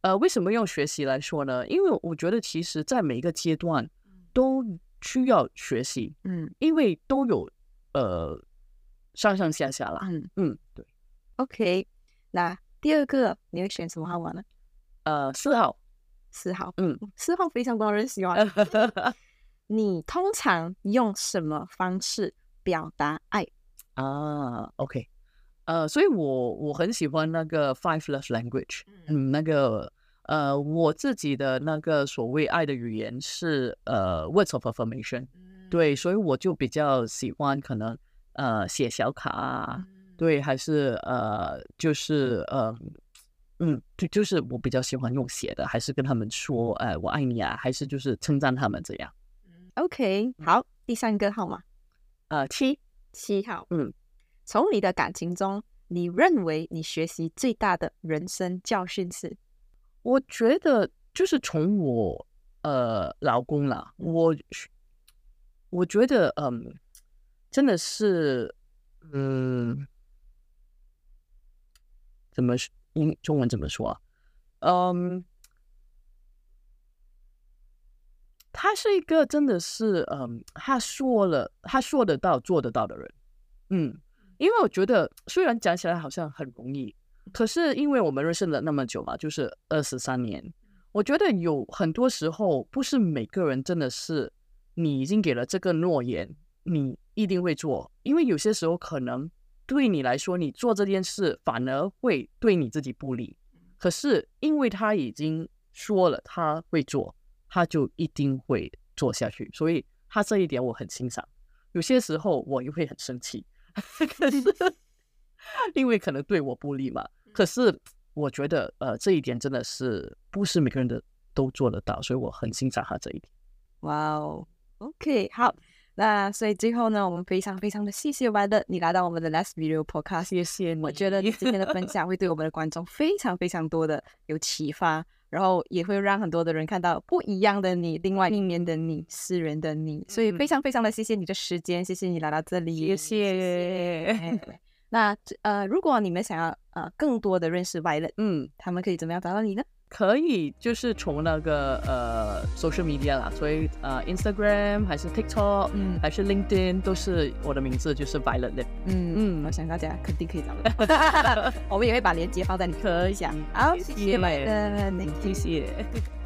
Speaker 1: 呃，为什么用学习来说呢？因为我觉得其实在每一个阶段都需要学习，
Speaker 2: 嗯
Speaker 1: 因为都有呃上上下下啦，
Speaker 2: 嗯
Speaker 1: 嗯，对，
Speaker 2: ，OK。那第二个你会选什么号码呢？
Speaker 1: 呃，四号，
Speaker 2: 四号，
Speaker 1: 嗯，
Speaker 2: 四号非常多人喜
Speaker 1: [laughs]
Speaker 2: 欢。你通常用什么方式表达爱？
Speaker 1: 啊，OK，呃，所以我我很喜欢那个 Five Love Language，嗯，那个呃，我自己的那个所谓爱的语言是呃 Words of Affirmation，对，所以我就比较喜欢可能呃写小卡啊，对，还是呃就是呃。嗯，就嗯就是我比较喜欢用写的，还是跟他们说，哎、我爱你啊，还是就是称赞他们这样。
Speaker 2: OK，
Speaker 1: 嗯
Speaker 2: 好，第三个号码
Speaker 1: 呃，七，
Speaker 2: 七号，
Speaker 1: 嗯，
Speaker 2: 从你的感情中，你认为你学习最大的人生教训是？
Speaker 1: 我觉得就是从我呃老公啦，我我觉得嗯，真的是嗯，怎么说英中文怎么说啊？嗯，他是一个真的是嗯，他说了他说得到做得到的人，嗯，因为我觉得虽然讲起来好像很容易，可是因为我们认识了那么久嘛，就是二十三年，我觉得有很多时候不是每个人真的是你已经给了这个诺言，你一定会做，因为有些时候可能对你来说，你做这件事反而会对你自己不利。可是因为他已经说了他会做，他就一定会做下去，所以他这一点我很欣赏。有些时候我也会很生气， [laughs] 可是因为可能对我不利嘛。可是我觉得呃这一点真的是不是每个人的都做得到，所以我很欣赏他这一点。
Speaker 2: 哇哦，OK，好，那所以最后呢，我们非常非常的谢谢 w 的你来到我们的 Last Video Podcast，
Speaker 1: 谢谢你，
Speaker 2: 我觉得你今天的
Speaker 1: [laughs]
Speaker 2: 分享会对我们的观众非常非常多的有启发，然后也会让很多的人看到不一样的你，另外一面的你，私人的你。所以非常非常的谢谢你的时间，谢谢你来到这里，
Speaker 1: 嗯谢谢。
Speaker 2: 哎 [laughs] 那呃，如果你们想要呃更多的认识 Violet，
Speaker 1: 嗯，
Speaker 2: 他们可以怎么样找到你呢？
Speaker 1: 可以，就是从那个呃 social media 啦，所以呃 Instagram 还是 TikTok，
Speaker 2: 嗯
Speaker 1: 还是 LinkedIn 都是我的名字，就是 Violet Lip。
Speaker 2: 嗯嗯，
Speaker 1: 嗯
Speaker 2: 我想大家肯定可以找得 [laughs] 到，我们也会把链接放在你可以下。好，谢
Speaker 1: 谢
Speaker 2: 谢
Speaker 1: 谢
Speaker 2: Violet，thank you
Speaker 1: 嗯谢谢。